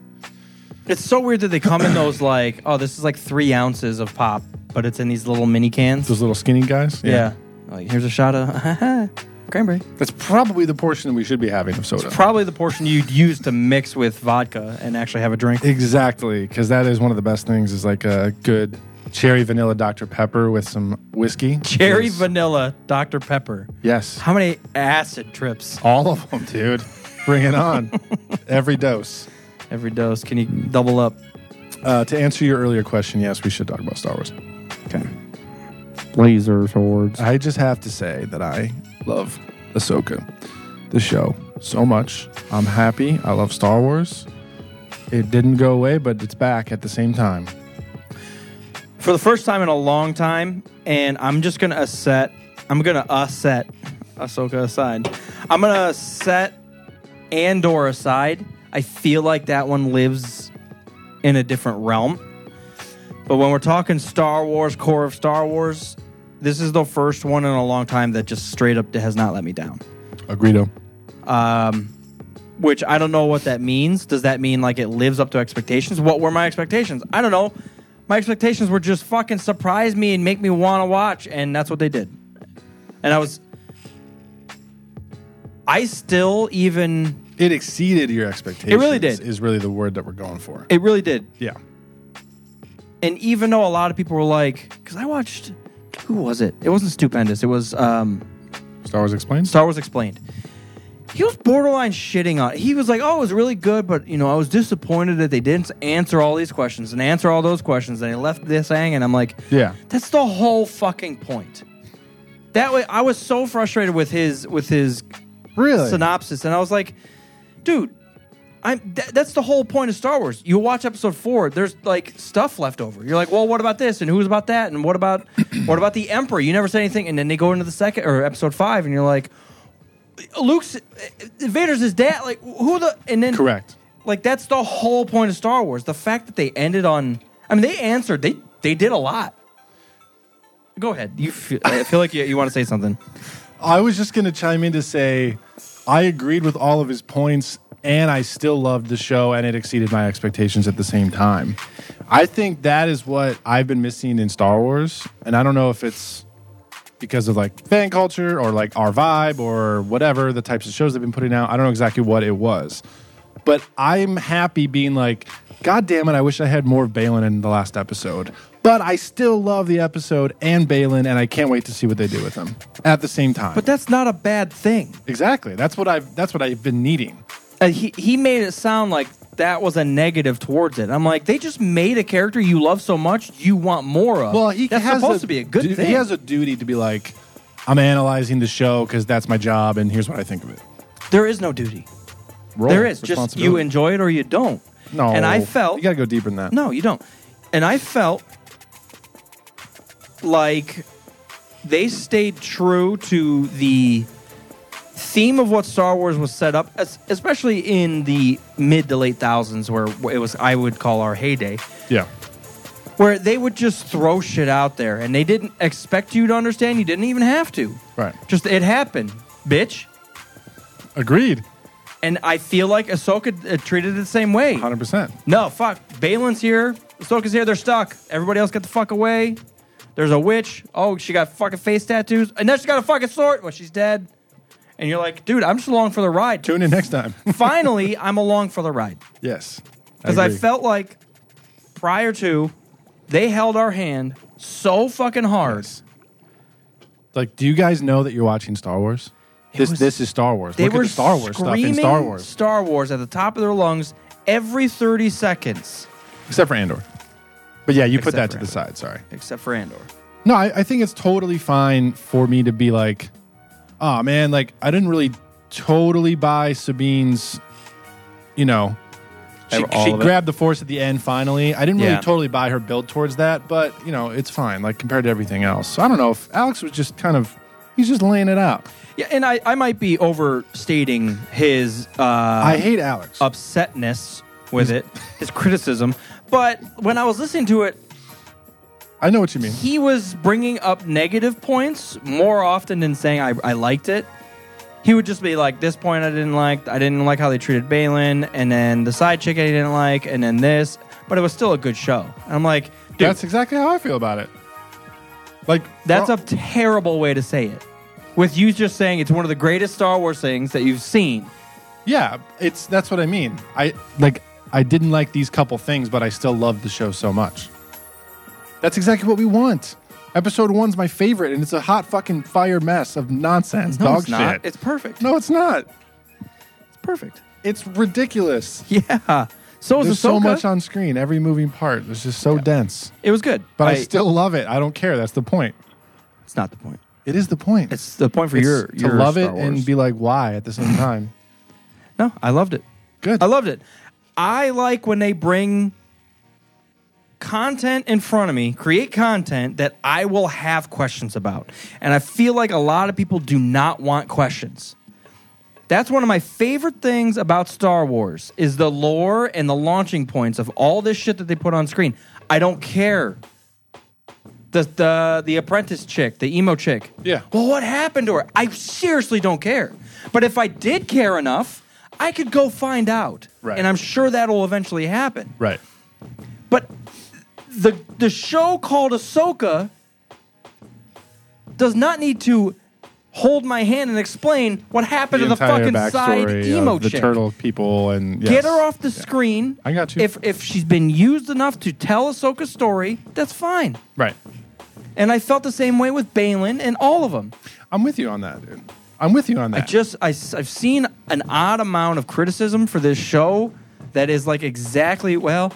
It's so weird that they come in those like oh this is like three ounces of pop, but it's in these little mini cans. Those little skinny guys. yeah. Like here's a shot of cranberry. that's probably the portion we should be having of soda. Probably the portion you'd use to mix with vodka and actually have a drink. Exactly, because that is one of the best things. Is like a good cherry vanilla Dr Pepper with some whiskey. Cherry Yes. vanilla Dr Pepper. Yes, How many acid trips? all of them, dude. Bring it on, every dose. Every dose. Can you double up? Uh, to answer your earlier question, yes, we should talk about Star Wars. Okay. Laser swords. I just have to say that I love Ahsoka, the show, so much. I'm happy. I love Star Wars. It didn't go away, but it's back at the same time. For the first time in a long time, and I'm just gonna asset. I'm gonna asset Ahsoka aside. I'm gonna set Andor aside. I feel like that one lives in a different realm. But when we're talking Star Wars, core of Star Wars, this is the first one in a long time that just straight up has not let me down. Agreedo. which I don't know what that means. Does that mean like it lives up to expectations? What were my expectations? I don't know. My expectations were just fucking surprise me and make me want to watch, and that's what they did. And I was I still even It exceeded your expectations. did. Is really the word that we're going for. it really did. yeah. And even though a lot of people were like, because I watched, who was it? It wasn't stupendous. It was um, Star Wars explained. Star Wars Explained. He was borderline shitting on. He was like, "Oh, it was really good, but you know, I was disappointed that they didn't answer all these questions and answer all those questions, and they left this hanging." I'm like, Yeah. that's the whole fucking point." That way, I was so frustrated with his with his Oh, Really? synopsis, and I was like, "Dude, I'm tha- that's the whole point of Star Wars. You watch Episode Four, there's like stuff left over. You're like, well, what about this, and who's about that, and what about what about the Emperor? You never say anything, and then they go into the second or Episode Five, and you're like, Luke's Vader's his dad. Like who the and then Correct. Like that's the whole point of Star Wars. The fact that they ended on, I mean, they answered. They they did a lot. Go ahead. You feel, I feel like you, you want to say something. I was just going to chime in to say I agreed with all of his points and I still loved the show and it exceeded my expectations at the same time. I think that is what I've been missing in Star Wars and I don't know if it's because of like fan culture or like our vibe or whatever the types of shows they've been putting out. I don't know exactly what it was. But I'm happy being like, God damn it, I wish I had more of Balin in the last episode. But I still love the episode and Balin, and I can't wait to see what they do with them at the same time. But that's not a bad thing. Exactly. That's what I've that's what I've been needing. Uh, he he made it sound like that was a negative towards it. I'm like, they just made a character you love so much, you want more of. Well, he that's has supposed to be a good du- thing. He has a duty to be like, I'm analyzing the show because that's my job, and here's what I think of it. there is no duty. Role, there is just responsibility. you enjoy it or you don't. No, and I felt you gotta go deeper than that. No, you don't. And I felt like they stayed true to the theme of what Star Wars was set up, es- especially in the mid to late thousands, where it was I would call our heyday, Yeah. where they would just throw shit out there, and they didn't expect you to understand. You didn't even have to. Right. Just it happened, bitch. Agreed. And I feel like Ahsoka uh, treated it the same way. Hundred percent. No, fuck. Balin's here. Ahsoka's here. They're stuck. Everybody else get the fuck away. There's a witch. Oh, she got fucking face tattoos. And now she's got a fucking sword. Well, she's dead. And you're like, dude, I'm just along for the ride. Tune in next time. Finally, I'm along for the ride. yes. Because I agree. felt like prior to, they held our hand so fucking hard. like, do you guys know that you're watching Star Wars? This was- this is Star Wars. They Look at were the Star Wars stuff in screaming Star Wars, Star Wars at the top of their lungs every 30 seconds, except for Andor. But yeah, you put that Except to for the side. Sorry. except for Andor. No, I, I think it's totally fine for me to be like, oh man, like I didn't really totally buy Sabine's, you know, she, All she of it. grabbed the force at the end finally. I didn't Yeah. really totally buy her build towards that, but you know, it's fine, like compared to everything else. So I don't know if Alex was just kind of, he's just laying it out. Yeah, and I, I might be overstating his uh, I hate Alex. upsetness with it, his criticism. But when I was listening to it, I know what you mean. he was bringing up negative points more often than saying I, I liked it. He would just be like, "This point I didn't like. I didn't like how they treated Balin, and then the side chick I didn't like, and then this." But it was still a good show. And I'm like, dude, That's exactly how I feel about it. Like That's well, a terrible way to say it. With you just saying it's one of the greatest Star Wars things that you've seen. Yeah, it's that's what I mean. I like I didn't like these couple things, but I still love the show so much. That's exactly what we want. Episode one's my favorite, and it's a hot fucking fire mess of nonsense, No, dog it's not. shit. It's perfect. no, it's not. it's perfect. It's ridiculous. Yeah. So was There's Ahsoka. so much on screen. Every moving part was just so dense. it was good, But I, still love it. I don't care. That's the point. It's not the point. It is the point. It's the point for It's your to your love Star it Wars. and be like, why at the same time. No, I loved it. Good. I loved it. I like when they bring content in front of me, create content that I will have questions about. And I feel like a lot of people do not want questions. That's one of my favorite things about Star Wars is the lore and the launching points of all this shit that they put on screen. I don't care. The the the apprentice chick, the emo chick. Yeah. Well, what happened to her? I seriously don't care. But if I did care enough, I could go find out. Right. And I'm sure that'll eventually happen. Right. But the the show called Ahsoka does not need to hold my hand and explain what happened to the entire fucking side backstory emo of the chick. turtle people and yes. Get her off the screen. I got you. If if she's been used enough to tell Ahsoka's story, that's fine. Right. And I felt the same way with Balin and all of them. I'm with you on that, dude. I'm with you on I that. just I, have seen an odd amount of criticism for this show that is like exactly well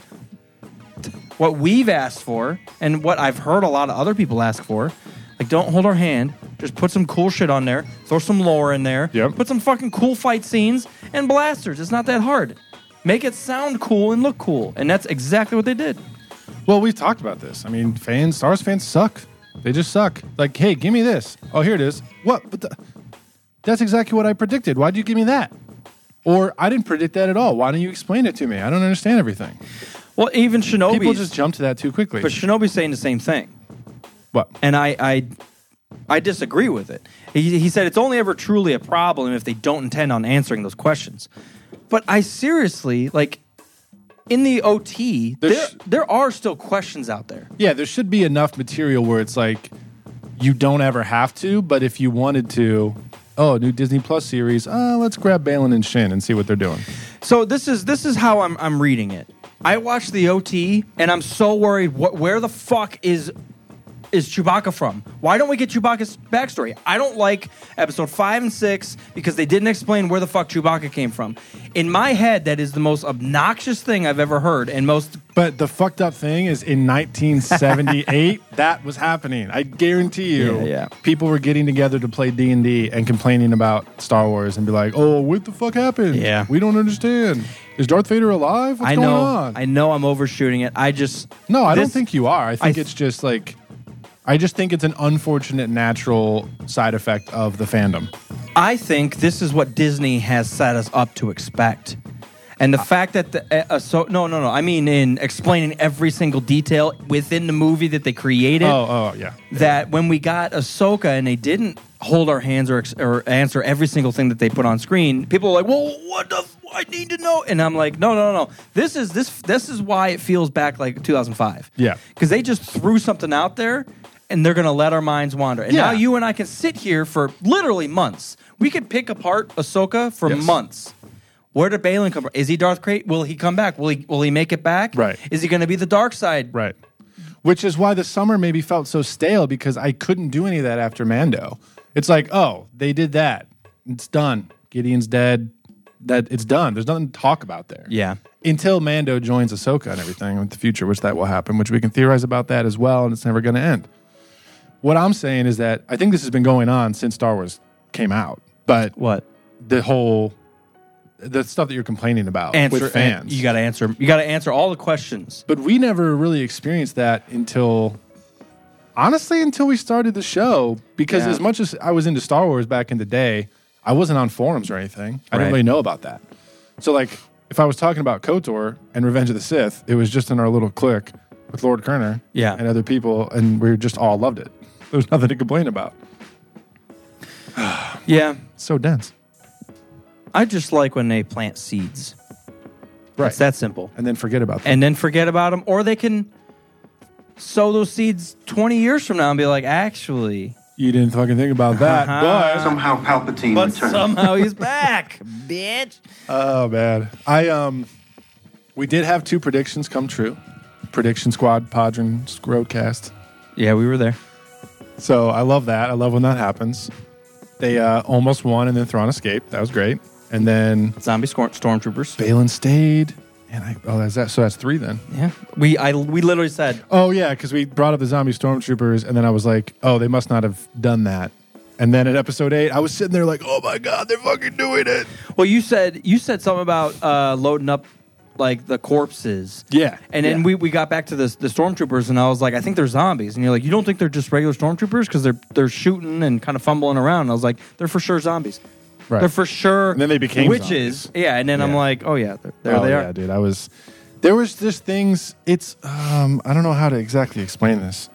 what we've asked for and what I've heard a lot of other people ask for. Like, don't hold our hand. Just put some cool shit on there. Throw some lore in there. Yep. Put some fucking cool fight scenes and blasters. It's not that hard. Make it sound cool and look cool. And that's exactly what they did. Well, we've talked about this. I mean, fans, Star Wars fans suck. They just suck. Like, hey, give me this. Oh, here it is. What? what the? That's exactly what I predicted. Why'd you give me that? Or I didn't predict that at all. Why don't you explain it to me? I don't understand everything. Well, even Shinobi. People just jump to that too quickly. but Shinobi's saying the same thing. what? and I I, I disagree with it. He, he said it's only ever truly a problem if they don't intend on answering those questions. But I seriously like in the OT, there There's- there are still questions out there. Yeah, there should be enough material where it's like you don't ever have to, but if you wanted to, oh, new Disney Plus series, uh, let's grab Balin and Shin and see what they're doing. So this is this is how I'm I'm reading it. I watched the OT and I'm so worried. What where the fuck is is Chewbacca from? Why don't we get Chewbacca's backstory? I don't like episode five and six because they didn't explain where the fuck Chewbacca came from. In my head, that is the most obnoxious thing I've ever heard, and most But the fucked up thing is in 1978 that was happening. I guarantee you. Yeah, yeah. People were getting together to play D&D and complaining about Star Wars and be like, "Oh, what the fuck happened? Yeah. We don't understand. Is Darth Vader alive? What's I going know on?" I know I'm overshooting it. I just no, I don't this- think you are. I think th- it's just like I just think it's an unfortunate natural side effect of the fandom. I think this is what Disney has set us up to expect. And the fact that the uh, so no no no I mean in explaining every single detail within the movie that they created Oh, oh, yeah. that when we got Ahsoka and they didn't hold our hands or, ex- or answer every single thing that they put on screen, people are like, "Well, what the? F- I need to know." And I'm like, "No, no, no, no. This is this this is why it feels back like 2005. Yeah. because they just threw something out there, and they're gonna let our minds wander. And now Yeah. you and I can sit here for literally months. We could pick apart Ahsoka for Yes. months. Where did Balin come from? Is he Darth Crate? Will he come back? Will he will he make it back? Right. Is he going to be the dark side? Right. Which is why the summer maybe felt so stale because I couldn't do any of that after Mando. It's like, oh, they did that. It's done. Gideon's dead. That it's done. There's nothing to talk about there. Yeah. Until Mando joins Ahsoka and everything in the future, which that will happen, which we can theorize about that as well, and it's never going to end. What I'm saying is that I think this has been going on since Star Wars came out, but What? the whole the stuff that you're complaining about answer with fans, You got to answer. You got to answer all the questions. but we never really experienced that until honestly until we started the show because Yeah. as much as i was into star wars back in the day i wasn't on forums or anything i Right. didn't really know about that so like if i was talking about kotor and revenge of the sith it was just in our little clique with lord kerner Yeah. and other people and we just all loved it there was nothing to complain about Yeah, it's so dense I just like when they plant seeds. right It's that simple. and then forget about that And then forget about them, or they can sow those seeds twenty years from now and be like, actually, you didn't fucking think about that Uh-huh. but Somehow Palpatine but returned. somehow oh, he's back, bitch. Oh man, I um, we did have two predictions come true. Prediction Squad, Podrin, Roadcast. Yeah, we were there. So I love that. I love when that happens. They uh, almost won, and then Thrawn escaped. That was great. And then Zombie scorn- stormtroopers. Balin stayed. And I oh, that's that. So that's three then. Yeah, we I we literally said Oh yeah, because we brought up the zombie stormtroopers, and then I was like, oh, they must not have done that. And then at episode eight, I was sitting there like, oh my god, they're fucking doing it. Well, you said you said something about uh, loading up like the corpses. Yeah, And then yeah. we, we got back to the the stormtroopers, and I was like, I think they're zombies. And you're like, you don't think they're just regular stormtroopers because they're they're shooting and kind of fumbling around. And I was like, they're for sure zombies. Right. They're for sure. And then they became witches. zombies. Yeah. And then I'm Yeah. like, oh yeah, they're, there oh, they yeah, are. dude. I was there was just things. It's um, I don't know how to exactly explain this.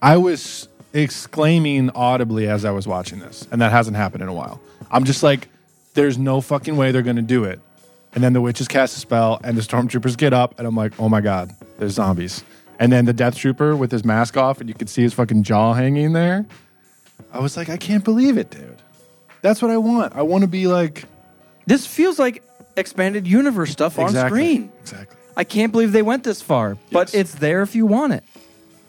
I was exclaiming audibly as I was watching this, and that hasn't happened in a while. I'm just like, there's no fucking way they're gonna do it. And then the witches cast a spell, and the stormtroopers get up, and I'm like, oh my god, there's zombies. And then the death trooper with his mask off, and you can see his fucking jaw hanging there. I was like, I can't believe it, dude. That's what I want. I want to be like This feels like expanded universe stuff on Exactly. screen. Exactly. I can't believe they went this far, but Yes. it's there if you want it.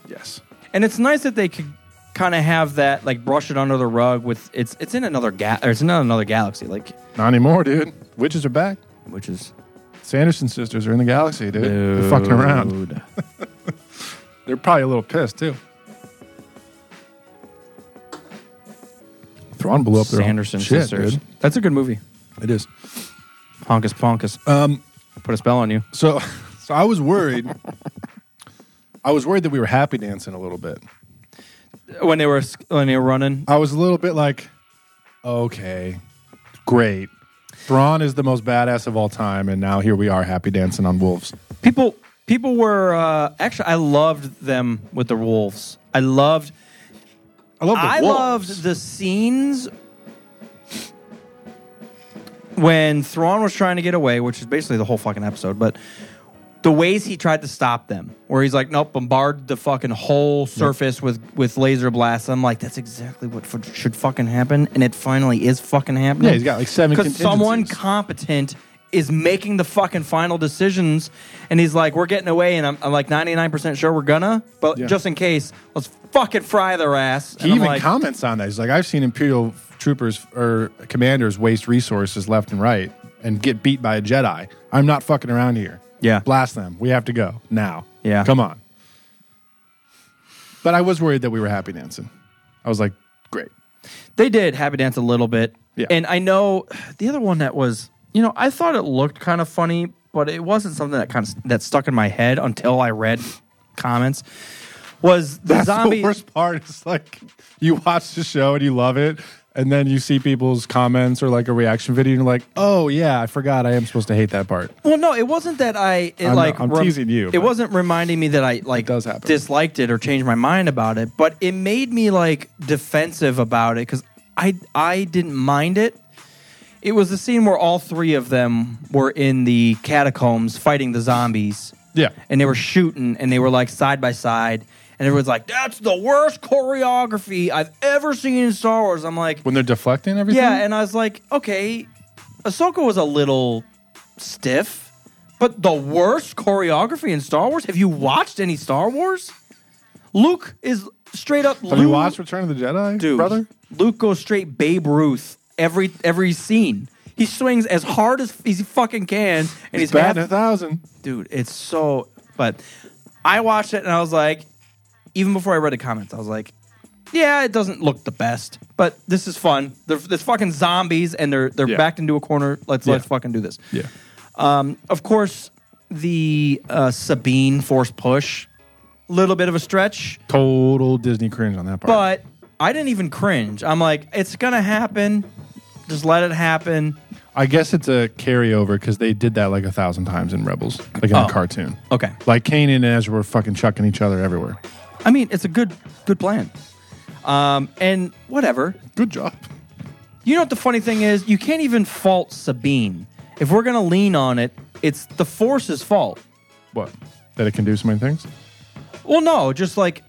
Yes. And it's nice that they could kind of have that like brush it under the rug with it's it's in another ga- or it's not another galaxy like Not anymore, dude. Witches are back. which is Sanderson sisters are in the galaxy, dude. They're fucking around. Dude. They're probably a little pissed too. Thrawn blew up their own Sanderson shit, sisters. dude. That's a good movie. It is. Honkus Ponkus. Um, put a spell on you. So, so I was worried. I was worried that we were happy dancing a little bit. When they were when they were running, I was a little bit like, okay, great. Thrawn is the most badass of all time, and now here we are, happy dancing on wolves. people people were uh, actually. I loved them with the wolves. I loved. I love the I wolves. loved the scenes when Thrawn was trying to get away, which is basically the whole fucking episode, but the ways he tried to stop them, where he's like, nope, bombard the fucking whole surface with, with laser blasts. I'm like, that's exactly what f- should fucking happen. And it finally is fucking happening. Yeah, he's got, like, seven Because someone contingencies. competent is making the fucking final decisions. And he's like, we're getting away. And I'm, I'm like 99% sure we're gonna. But Yeah. just in case, let's fucking fry their ass. And He I'm even like, comments on that. He's like, I've seen Imperial troopers or commanders waste resources left and right and get beat by a Jedi. I'm not fucking around here. Yeah. Blast them. We have to go now. Yeah. Come on. But I was worried that we were happy dancing. I was like, great. They did Happy Dance a little bit. Yeah. And I know the other one that was, you know, I thought it looked kind of funny, but it wasn't something that kind of that stuck in my head until I read comments. Was the That's zombie the worst part. Is like you watch the show and you love it, and then you see people's comments or like a reaction video, and you're like, oh yeah, I forgot I am supposed to hate that part. Well, no, it wasn't that I it I'm- like I'm teasing you, It but- wasn't reminding me that I like does happen. disliked it or changed my mind about it, but it made me like defensive about it cuz I I didn't mind it. It was the scene where all three of them were in the catacombs fighting the zombies. Yeah. And they were Mm. shooting and they were like side by side and everyone's like that's the worst choreography I've ever seen in Star Wars. I'm like When they're deflecting everything, yeah, and I was like, okay, Ahsoka was a little stiff, but the worst choreography in Star Wars. Have you watched any Star Wars? Luke is straight up. have you watched Return of the Jedi, dude, brother? Luke goes straight Babe Ruth every every scene. He swings as hard as he fucking can, and he's Batting half- a thousand. dude, it's so. But I watched it and I was like, even before I read the comments, I was like, yeah, it doesn't look the best, but this is fun. They're, there's fucking zombies and they're they're Yeah. backed into a corner. Let's let's Yeah. fucking do this. Yeah. Of course, the uh, Sabine force push, little bit of a stretch, Total Disney cringe on that part. but I didn't even cringe. I'm like, it's gonna happen. Just let it happen. I guess it's a carryover because they did that like a thousand times in Rebels, like in Oh. the cartoon. Okay. Like Kanan and Ezra were fucking chucking each other everywhere. I mean, it's a good good plan. Um, and whatever. Good job. You know what the funny thing is? You can't even fault Sabine. If we're going to lean on it, it's the Force's fault. What? That it can do so many things? Well, no, just like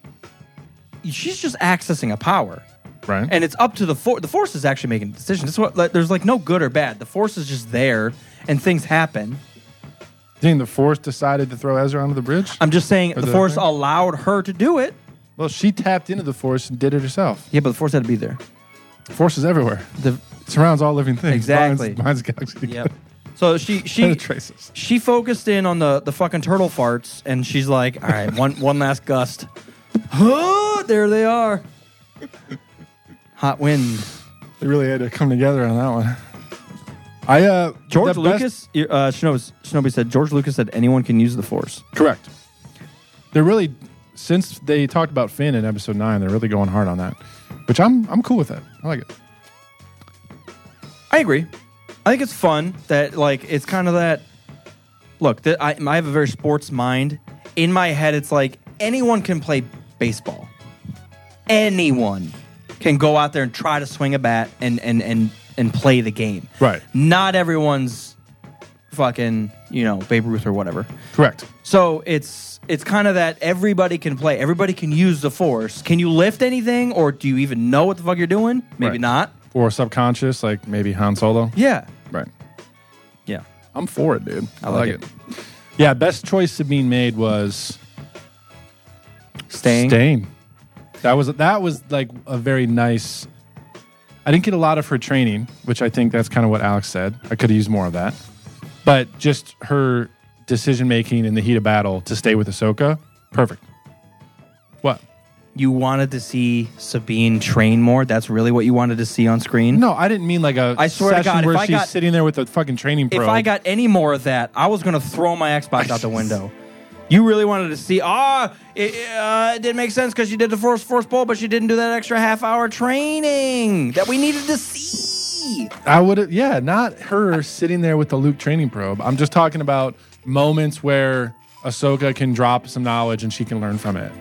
she's just accessing a power. Right. And it's up to the force. The force is actually making decisions. It's what like, there's like no good or bad. The force is just there, and things happen. you think the Force decided to throw Ezra onto the bridge? I'm just saying the the force thing? allowed her to do it. well, she tapped into the Force and did it herself. Yeah, but the force had to be there. Force is everywhere. The It surrounds all living things. Exactly. Binds, binds galaxy together. So she she Traces. she focused in on the the fucking turtle farts, and she's like, "All right, one one last gust. Oh, there they are. Hot wind. They really had to come together on that one. I uh George the Lucas. best- Uh, Shinobi, Shinobi said George Lucas said anyone can use the Force. Correct. They're really since they talked about Finn in episode nine, they're really going hard on that. Which I'm I'm cool with that. I like it. I agree. I think it's fun that like it's kind of that. Look, that I, I have a very sports mind. In my head, it's like anyone can play baseball. Anyone can go out there and try to swing a bat and and and and play the game. Right. Not everyone's fucking you know, Babe Ruth or whatever. Correct. So it's it's kind of that everybody can play. Everybody can use the force. Can you lift anything, or do you even know what the fuck you're doing? Maybe Right. not. Or subconscious, like maybe Han Solo. Yeah, Right. yeah. I'm for it, dude. I, like it. Yeah, best choice Sabine made was Staying. Stain. That was that was like a very nice. I didn't get a lot of her training, which I think that's kind of what Alex said. I could have used more of that, but just her decision making in the heat of battle to stay with Ahsoka, perfect. What? You wanted to see Sabine train more. That's really what you wanted to see on screen. No, I didn't mean like a I swear to session God, if where I she's got- sitting there with a fucking training pro. If I got any more of that, I was gonna throw my Xbox out the window. You really wanted to see? Ah, it, uh, it didn't make sense because you did the force force bowl, but you didn't do that extra half hour training that we needed to see. I would have, yeah, not her sitting there with the Luke training probe. I'm just talking about moments where Ahsoka can drop some knowledge and she can learn from it.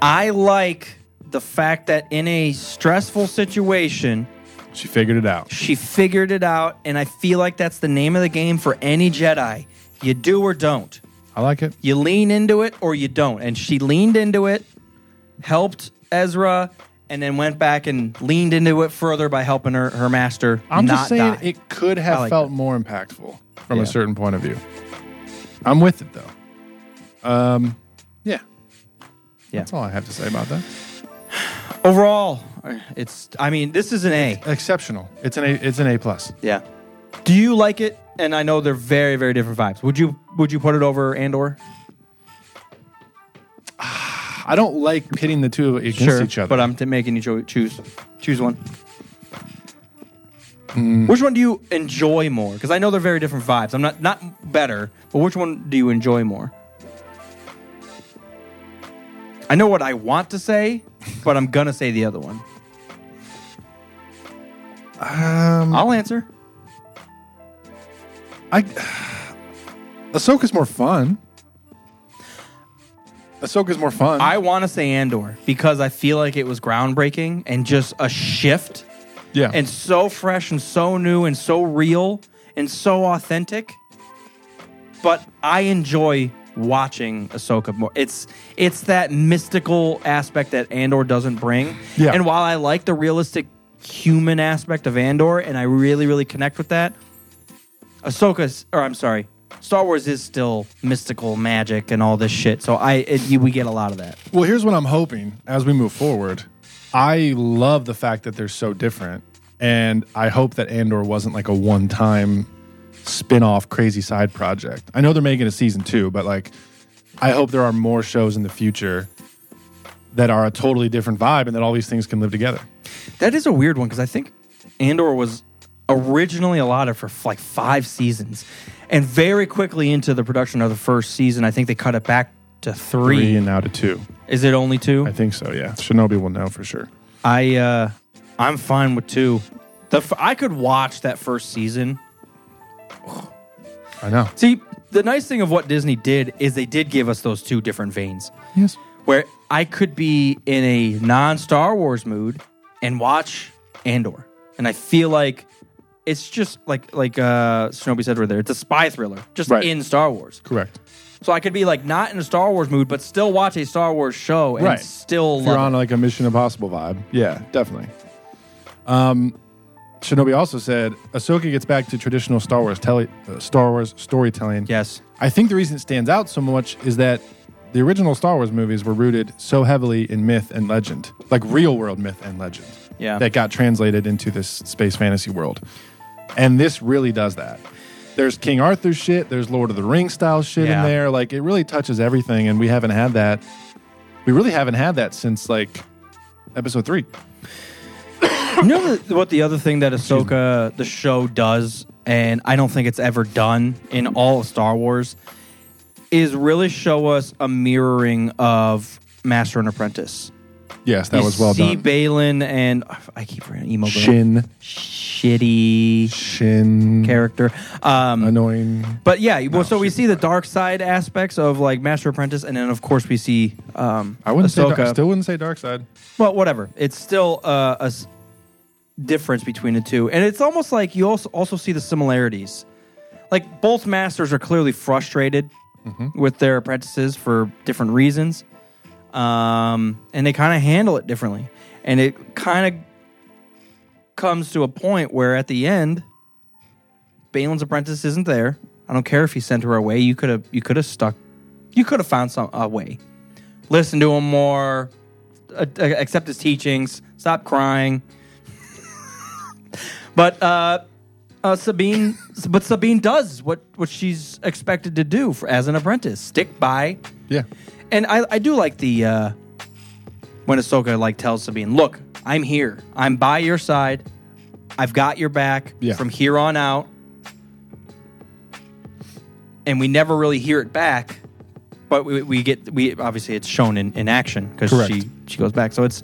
I like the fact that in a stressful situation, She figured it out. she figured it out, and I feel like that's the name of the game for any Jedi. You do or don't. I like it. You lean into it or you don't. And she leaned into it, helped Ezra, and then went back and leaned into it further by helping her, her master I'm not just saying die. it could have I like felt that. more impactful from Yeah. a certain point of view. I'm with it though. Um, yeah, yeah. that's all I have to say about that. Overall, it's, I mean, this is an A. Exceptional. It's an A. It's an A plus. Yeah. Do you like it? And I know they're very, very different vibes. Would you would you put it over Andor? I don't like pitting the two against each other. But I'm t- making you cho- choose choose one. Hmm. Which one do you enjoy more? Because I know they're very different vibes. I'm not not better, but which one do you enjoy more? I know what I want to say, but I'm gonna say the other one. um, I'll answer. I Ahsoka's more fun. Ahsoka's more fun. I want to say Andor because I feel like it was groundbreaking and just a shift yeah. and so fresh and so new and so real and so authentic. But I enjoy watching Ahsoka more. It's it's that mystical aspect that Andor doesn't bring. Yeah. And while I like the realistic human aspect of Andor and I really really connect with that, Ahsoka's or I'm sorry, Star Wars is still mystical magic and all this shit. So I it, you- we get a lot of that. well, here's what I'm hoping as we move forward. I love the fact that they're so different, and I hope that Andor wasn't like a one-time spin-off crazy side project. I know they're making a season two, but like, I hope there are more shows in the future that are a totally different vibe, and that all these things can live together. That is a weird one because I think Andor was originally allotted for f- like five seasons, and very quickly into the production of the first season, I think they cut it back to three. Three and now to two. Is it only two? I think so. Yeah, Shinobi will know for sure. I uh, I'm fine with two. The f- I could watch that first season. I know. See, the nice thing of what Disney did is they did give us those two different veins. Yes. where I could be in a non Star Wars mood and watch Andor, and I feel like it's just like like uh, Shinobi said right there. It's a spy thriller, just Right. in Star Wars. Correct. So I could be like not in a Star Wars mood, but still watch a Star Wars show and Right. still If you're on love. it. like a Mission Impossible vibe. Yeah, definitely. Um, Shinobi also said Ahsoka gets back to traditional Star Wars tele- uh, Star Wars storytelling. yes, I think the reason it stands out so much is that the original Star Wars movies were rooted so heavily in myth and legend, like real world myth and legend. Yeah. That got translated into this space fantasy world. And this really does that. There's King Arthur shit, there's Lord of the Rings style shit Yeah. in there. Like it really touches everything and we haven't had that. We really haven't had that since like episode 3. you know the, what the other thing that Ahsoka the show does, and I don't think it's ever done in all of Star Wars, is really show us a mirroring of Master and Apprentice. Yes, that You was well see done. Balin and oh, I keep forgetting emo Balin. Shin shitty shin character. Um, annoying. but yeah, well, so we see the dark side aspects of like Master Apprentice, and then of course we see um, I wouldn't say Ahsoka. dark, I still wouldn't say dark side. well, whatever. It's still uh, a s- difference between the two, and it's almost like you also also see the similarities. like both masters are clearly frustrated with their apprentices for different reasons, um, and they kind of handle it differently. And it kind of comes to a point where at the end, Balin's apprentice isn't there. I don't care if he sent her away. You could have you could have stuck. You could have found some a way. Listen to him more. a- a- uh, accept his teachings. Stop crying. but uh, uh, Sabine, but Sabine does what what she's expected to do for, as an apprentice. Stick by Yeah. and I, I do like the uh, when Ahsoka like tells Sabine, "Look, I'm here. I'm by your side. I've got your back Yeah. from here on out." And we never really hear it back, but we, we get we obviously it's shown in, in action because Correct. she she goes back. So it's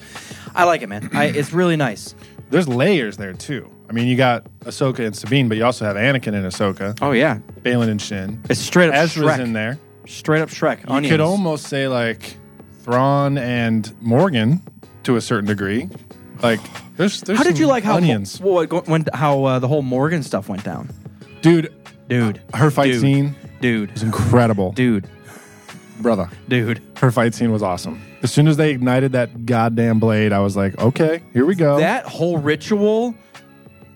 I like it, man. I, it's really nice. There's layers there too. I mean, you got Ahsoka and Sabine, but you also have Anakin and Ahsoka, Oh yeah, Balin and Shin. it's straight up Ezra's Shrek. in there. Straight up Shrek. You could almost say like Thrawn and Morgan to a certain degree. Like there's there's how did some you like how onions, Well, it go- when how uh, the whole Morgan stuff went down, dude? dude? Her fight Dude. scene dude, was incredible, dude. brother. dude. Her fight scene was awesome. As soon as they ignited that goddamn blade, I was like, okay, here we go. That whole ritual,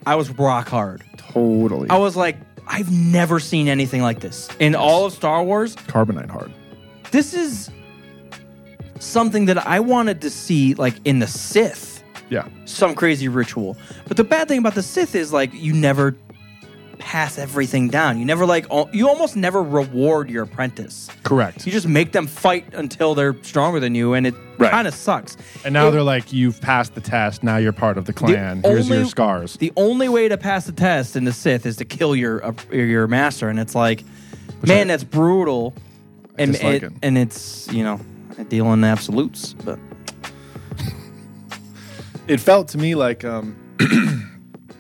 I was rock hard. totally I was like, I've never seen anything like this in all of Star Wars. carbonite hard. This is something that I wanted to see, like in the Sith, Yeah, some crazy ritual. But the bad thing about the Sith is, like, you never pass everything down. You never like, al- you almost never reward your apprentice. correct. You just make them fight until they're stronger than you, and it Right. kind of sucks. and now It- they're like, you've passed the test. Now you're part of the Oh. The clan. Here's your only- scars. The only way to pass the test in the Sith is to kill your uh, your master, and it's like, I- man, that's brutal. and it- dislike it. and it's you know, I deal in absolutes, but it felt to me like um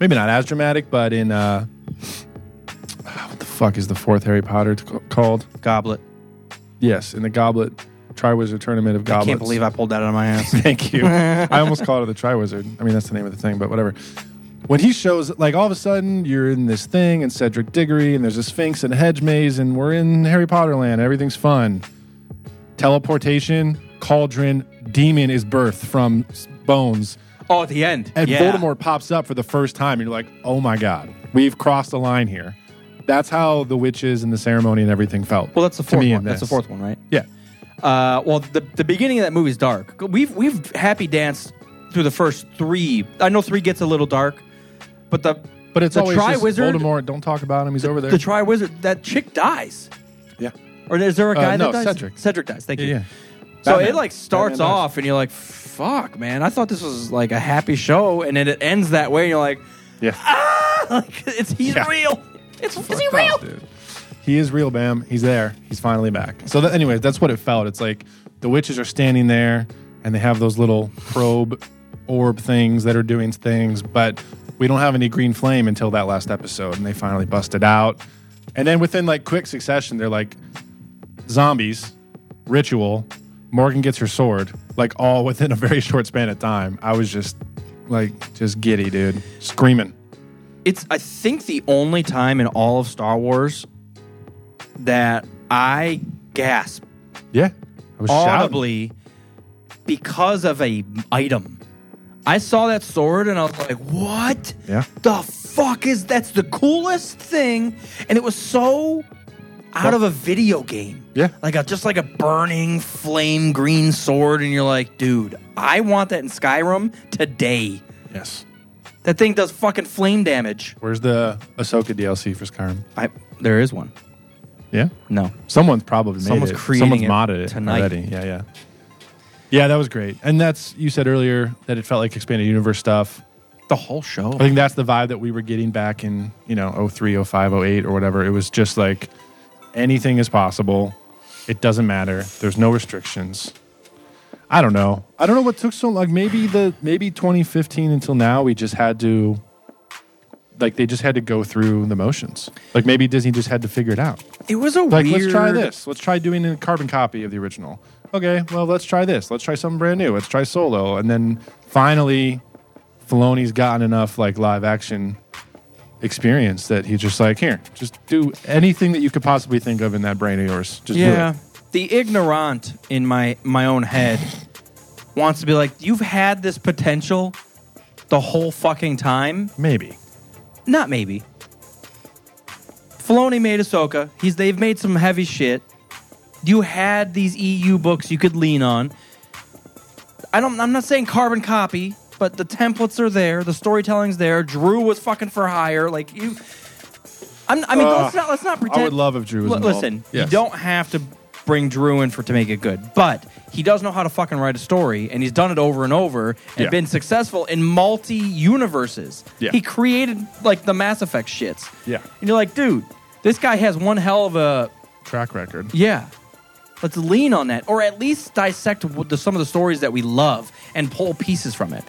maybe not as dramatic but in uh what the fuck is the fourth harry potter t- called goblet. yes in the goblet triwizard tournament of goblets I can't believe I pulled that out of my ass. thank you i almost called it the triwizard i mean that's the name of the thing but whatever when he shows like all of a sudden you're in this thing and cedric diggory and there's a sphinx and a hedge maze and we're in harry potter land everything's fun teleportation cauldron demon is birthed from s- bones oh, at the end, and yeah. Voldemort pops up for the first time, and you're like, "Oh my god, we've crossed the line here." That's how the witches and the ceremony and everything felt. Well, that's the to fourth me one. in That's the this. fourth one, right? Yeah, Uh, well, the the beginning of that movie's dark. We've we've happy danced through the first three. I know three gets a little dark, but the but it's the always just Triwizard- Voldemort. Don't talk about him. He's over there. the Tri Wizard that chick dies. yeah, Or is there a Uh, guy no, that dies? Cedric. Cedric dies. Thank yeah, you. yeah. So Batman. it like starts Batman dies. off, and you're like, "Fuck, man! I thought this was like a happy show," and then it ends that way, and you're like, yeah. "Ah, like, it's he's Yeah. real. It's is he Fuck real?" off, dude. He is real, Bam. He's there. He's finally back. So, that, anyways, that's what it felt. It's like the witches are standing there, and they have those little probe orb things that are doing things, but we don't have any green flame until that last episode, and they finally bust it out. And then within like quick succession, they're like zombies, ritual. Morgan gets her sword, like all within a very short span of time. I was just like, just giddy, dude, screaming. It's I think the only time in all of Star Wars that I gasp Yeah, I was shouting. audibly because of a item. I saw that sword and I was like, "What? Yeah. The fuck is that's the coolest thing?" And it was so out of a video game. Yeah. Like a just like a burning flame green sword and you're like, "Dude, I want that in Skyrim today." Yes. That thing does fucking flame damage. Where's the Ahsoka DLC for Skyrim? I there is one. Yeah, No. someone's probably made Someone's it. creating Someone's it modded it tonight. already. Yeah, yeah, yeah. That was great. And that's you said earlier that it felt like expanded universe stuff. The whole show. I think that's the vibe that we were getting back in you know 03, 05, 08 or whatever. It was just like anything is possible. It doesn't matter. There's no restrictions. I don't know. I don't know what took so long. Maybe the maybe 2015 until now we just had to like they just had to go through the motions. Like maybe Disney just had to figure it out. It was a Like, weird let's try this. Let's try doing a carbon copy of the original. Okay, well, let's try this. Let's try something brand new. Let's try solo. And then finally, Filoni's gotten enough like live action experience that he's just like, here, just do anything that you could possibly think of in that brain of yours. Just yeah. do it. The ignorant in my my own head wants to be like, you've had this potential the whole fucking time. Maybe. Not maybe. Filoni made Ahsoka. He's they've made some heavy shit. You had these EU books you could lean on. I don't. I'm not saying carbon copy, but the templates are there. The storytelling's there. Drew was fucking for hire. Like you. I'm, I mean, Ugh. let's not let's not pretend. Uh, would love if Drew was L- involved. Listen, Yes. you don't have to bring Drew in for to make it good, but he does know how to fucking write a story, and he's done it over and over, and Yeah. been successful in multi universes. Yeah. He created like the Mass Effect shits. Yeah. and you're like, dude, this guy has one hell of a Track record. yeah. Let's lean on that, or at least dissect what the, some of the stories that we love and pull pieces from it.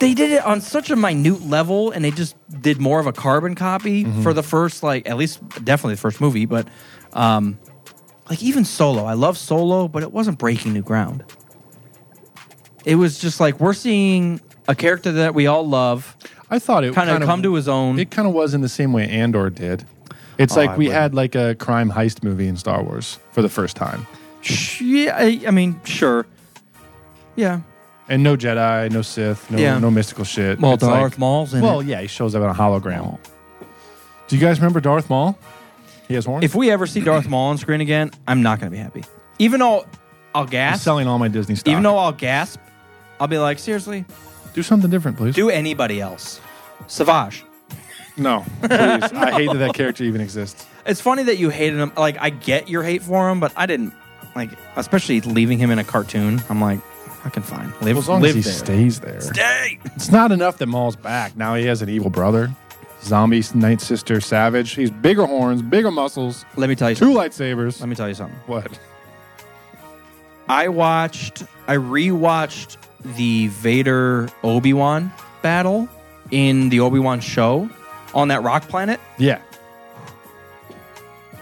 They did it on such a minute level, and they just did more of a carbon copy Mm-hmm. for the first, like at least definitely the first movie, but um, like even Solo. I love Solo, but it wasn't breaking new ground. It was just like we're seeing a character that we all love. I thought it Kinda come to his own. Oh, It kind of was in the same way Andor did. It's like I we would. had like a crime heist movie in Star Wars for the first time, Sh- Yeah, I, I mean, sure, yeah. and no Jedi, no Sith, no Yeah. no mystical shit. Well, It's like- Darth Maul's in Well, it. yeah, he shows up in a hologram. Do you guys remember Darth Maul? He has horns. if we ever see Darth Maul on screen again, I'm not going to be happy. Even though I'll I'm gasp, selling all my Disney stuff. even though I'll gasp, I'll be like, seriously, do something different, please. do anybody else? Savage. no, please. I hate that that character even exists. It's funny that you hated him. Like, I get your hate for him, but I didn't. Like, especially leaving him in a cartoon. I'm like, fucking fine. Live, As long live as he there. stays there. It's not enough that Maul's back. Now he has an evil brother, zombie night sister, savage. He's bigger horns, bigger muscles, Let me tell you two something. lightsabers. Let me tell you something. what? I watched, I rewatched the Vader Obi Wan battle in the Obi Wan show on that rock planet. Yeah.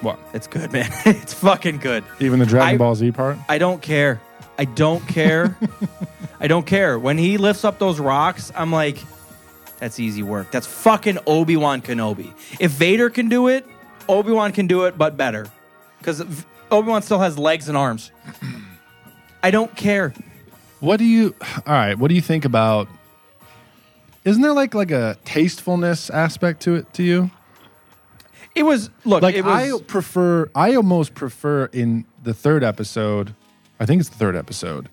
What? It's good, man. it's fucking good. Even the Dragon I- Ball Z part? I don't care. I don't care. I don't care. When he lifts up those rocks, I'm like, that's easy work. That's fucking Obi Wan Kenobi. If Vader can do it, Obi Wan can do it, but better. Because Obi Wan still has legs and arms. I don't care. What do you? All right. What do you think about? Isn't there like like a tastefulness aspect to it to you? It was look. Like it was, I prefer. I almost prefer in the third episode. I think it's the third episode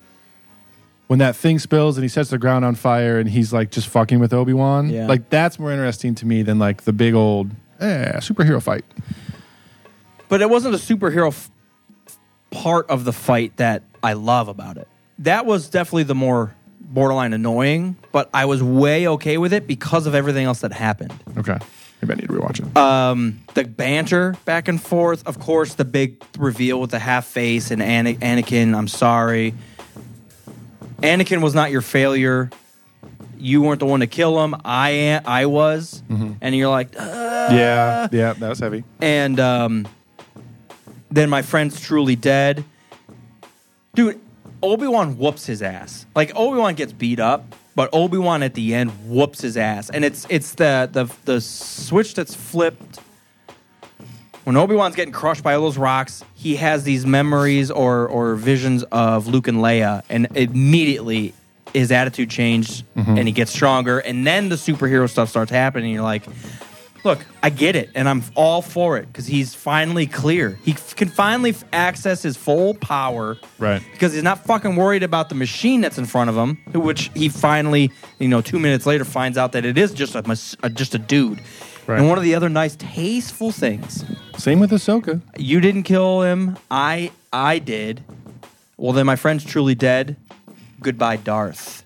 when that thing spills and he sets the ground on fire and he's like just fucking with Obi Wan. Yeah. Like that's more interesting to me than like the big old eh, superhero fight. but it wasn't a superhero f- part of the fight that I love about it. That was definitely the more borderline annoying, but I was way okay with it because of everything else that happened. Okay. Maybe I need to rewatch it. Uh, The banter back and forth, of course, the big reveal with the half face and Ana- Anakin, I'm sorry. Anakin was not your failure. You weren't the one to kill him. I am, I was. And you're like, yeah. Yeah. That was heavy. and um, then my friend's truly dead. Dude, Obi Wan whoops his ass. Like Obi Wan gets beat up, but Obi Wan at the end whoops his ass, and it's it's the the the switch that's flipped. When Obi Wan's getting crushed by all those rocks, he has these memories or or visions of Luke and Leia, and immediately his attitude changed, Mm-hmm. and he gets stronger, and then the superhero stuff starts happening. And you're like, look, I get it, and I'm all for it because he's finally clear. He f- can finally f- access his full power, Right. Because he's not fucking worried about the machine that's in front of him, which he finally, you know, two minutes later finds out that it is just a mas- uh, just a dude. Right. And one of the other nice, tasteful things Same with Ahsoka. you didn't kill him. I I did. Well, then my friend's truly dead. Goodbye, Darth.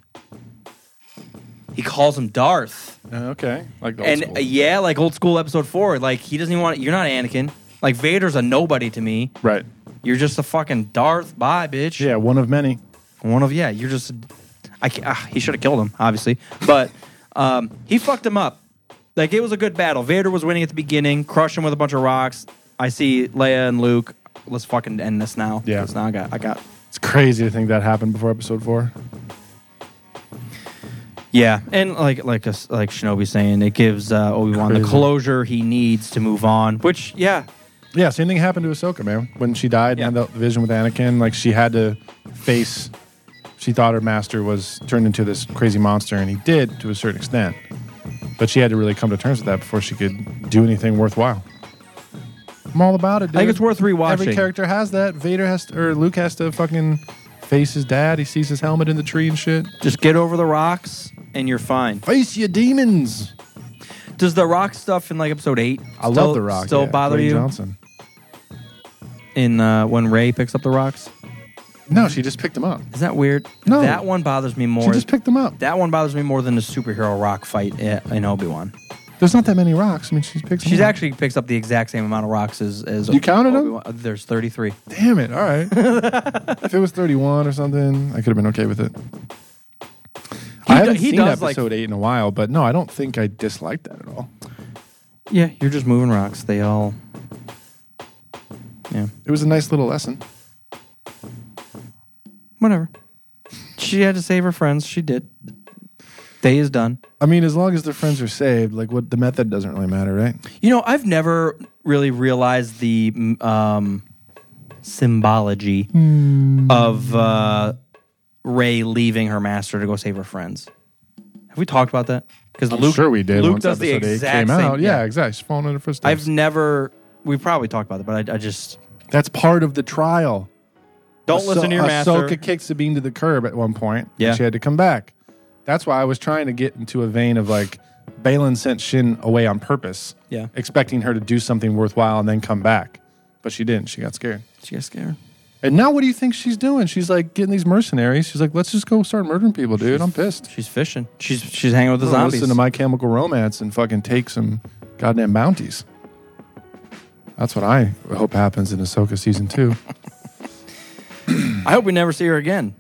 He calls him Darth okay. Like the old and school. uh, yeah, like old school episode four. Like he doesn't even want. You're not Anakin. Like Vader's a nobody to me. Right. You're just a fucking Darth. Bye, bitch. Yeah, one of many. One of yeah. You're just. I ca ah, he should have killed him, obviously, but um, he fucked him up. Like it was a good battle. Vader was winning at the beginning, crushed him with a bunch of rocks. I see Leia and Luke. Let's fucking end this now. Yeah. 'Cause now I got. I got. It's crazy to think that happened before episode four. Yeah, and like like us like Shinobi saying, it gives uh, Obi Wan the Crazy. closure he needs to move on. Which yeah, Yeah, same thing happened to Ahsoka, man. When she died and Yeah. had the vision with Anakin, like she had to face. She thought her master was turned into this crazy monster, and he did to a certain extent. But she had to really come to terms with that before she could do anything worthwhile. I'm all about it. Dude. I think it's worth rewatching. Every character has that. Vader has to, or Luke has to fucking face his dad. He sees his helmet in the tree and shit. just get over the rocks and you're fine. Face your demons. Does the rock stuff in like episode eight? I still- love the Rock. Still yeah, bother Dwayne you Johnson. in uh, when Ray picks up the rocks? No, she just picked him up. Is that weird? No. that one bothers me She more. just picked him up. that one bothers me more than the superhero rock fight i- in Obi Wan. There's not that many rocks. I mean, she picks. 'em She's up. actually picks up the exact same amount of rocks as as You counted 'em? Obi-Wan. There's 33. Damn it. All right. if it was 31 or something, I could have been okay with it. I do- haven't he seen does, like- episode 8 in a while, but no, I don't think I disliked that at all. Yeah, you're just moving rocks. They all. Yeah. It was a nice little lesson. whatever. She had to save her friends. She did. Day is done. I mean, as long as their friends are saved, like what the method doesn't really matter, right? You know, I've never really realized the mm, um, symbology of uh, Ray leaving her master to go save her friends. Have we talked about that? Because Luke, sure we did. Luke once does the episode 8 exact came same. out. Yeah, exactly. She's falling under first. I've never. We probably talked about it, but I, I just That's part of the trial. don't listen to your master. Ahsoka kicked Sabine to the curb at one point. and Yeah. she had to come back. That's why I was trying to get into a vein of like, Balin sent Shin away on purpose. Yeah. expecting her to do something worthwhile and then come back, but she didn't. She got scared. She got scared. And now, what do you think she's doing? She's like getting these mercenaries. She's like, let's just go start murdering people, dude. I'm pissed. She's fishing. She's she's hanging with the I'm gonna zombies. Listen to My Chemical Romance and fucking take some goddamn bounties. That's what I hope happens in Ahsoka season two. I hope we never see her again.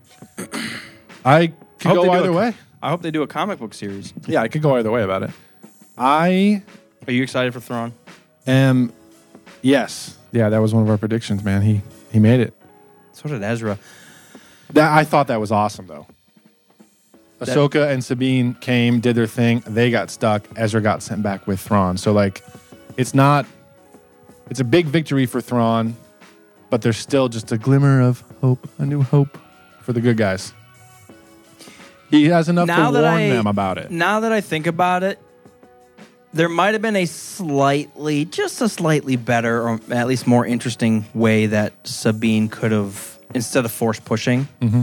I I could hope go they do either a- way. I hope they do a comic book series. Yeah, I could go either way about it. I Are you excited for Thrawn? am. Yes. Yeah, that was one of our predictions, man. He he made it. So did Ezra. That I thought that was awesome though. Ahsoka and Sabine came, did their thing. They got stuck. Ezra got sent back with Thrawn. So like, it's not. It's a big victory for Thrawn, but there's still just a glimmer of hope, a new hope for the good guys. He has enough Now to that warn I- them about it. Now that I think about it, there might have been a slightly, just a slightly better, or at least more interesting way that Sabine could have, instead of force pushing, Mm-hmm.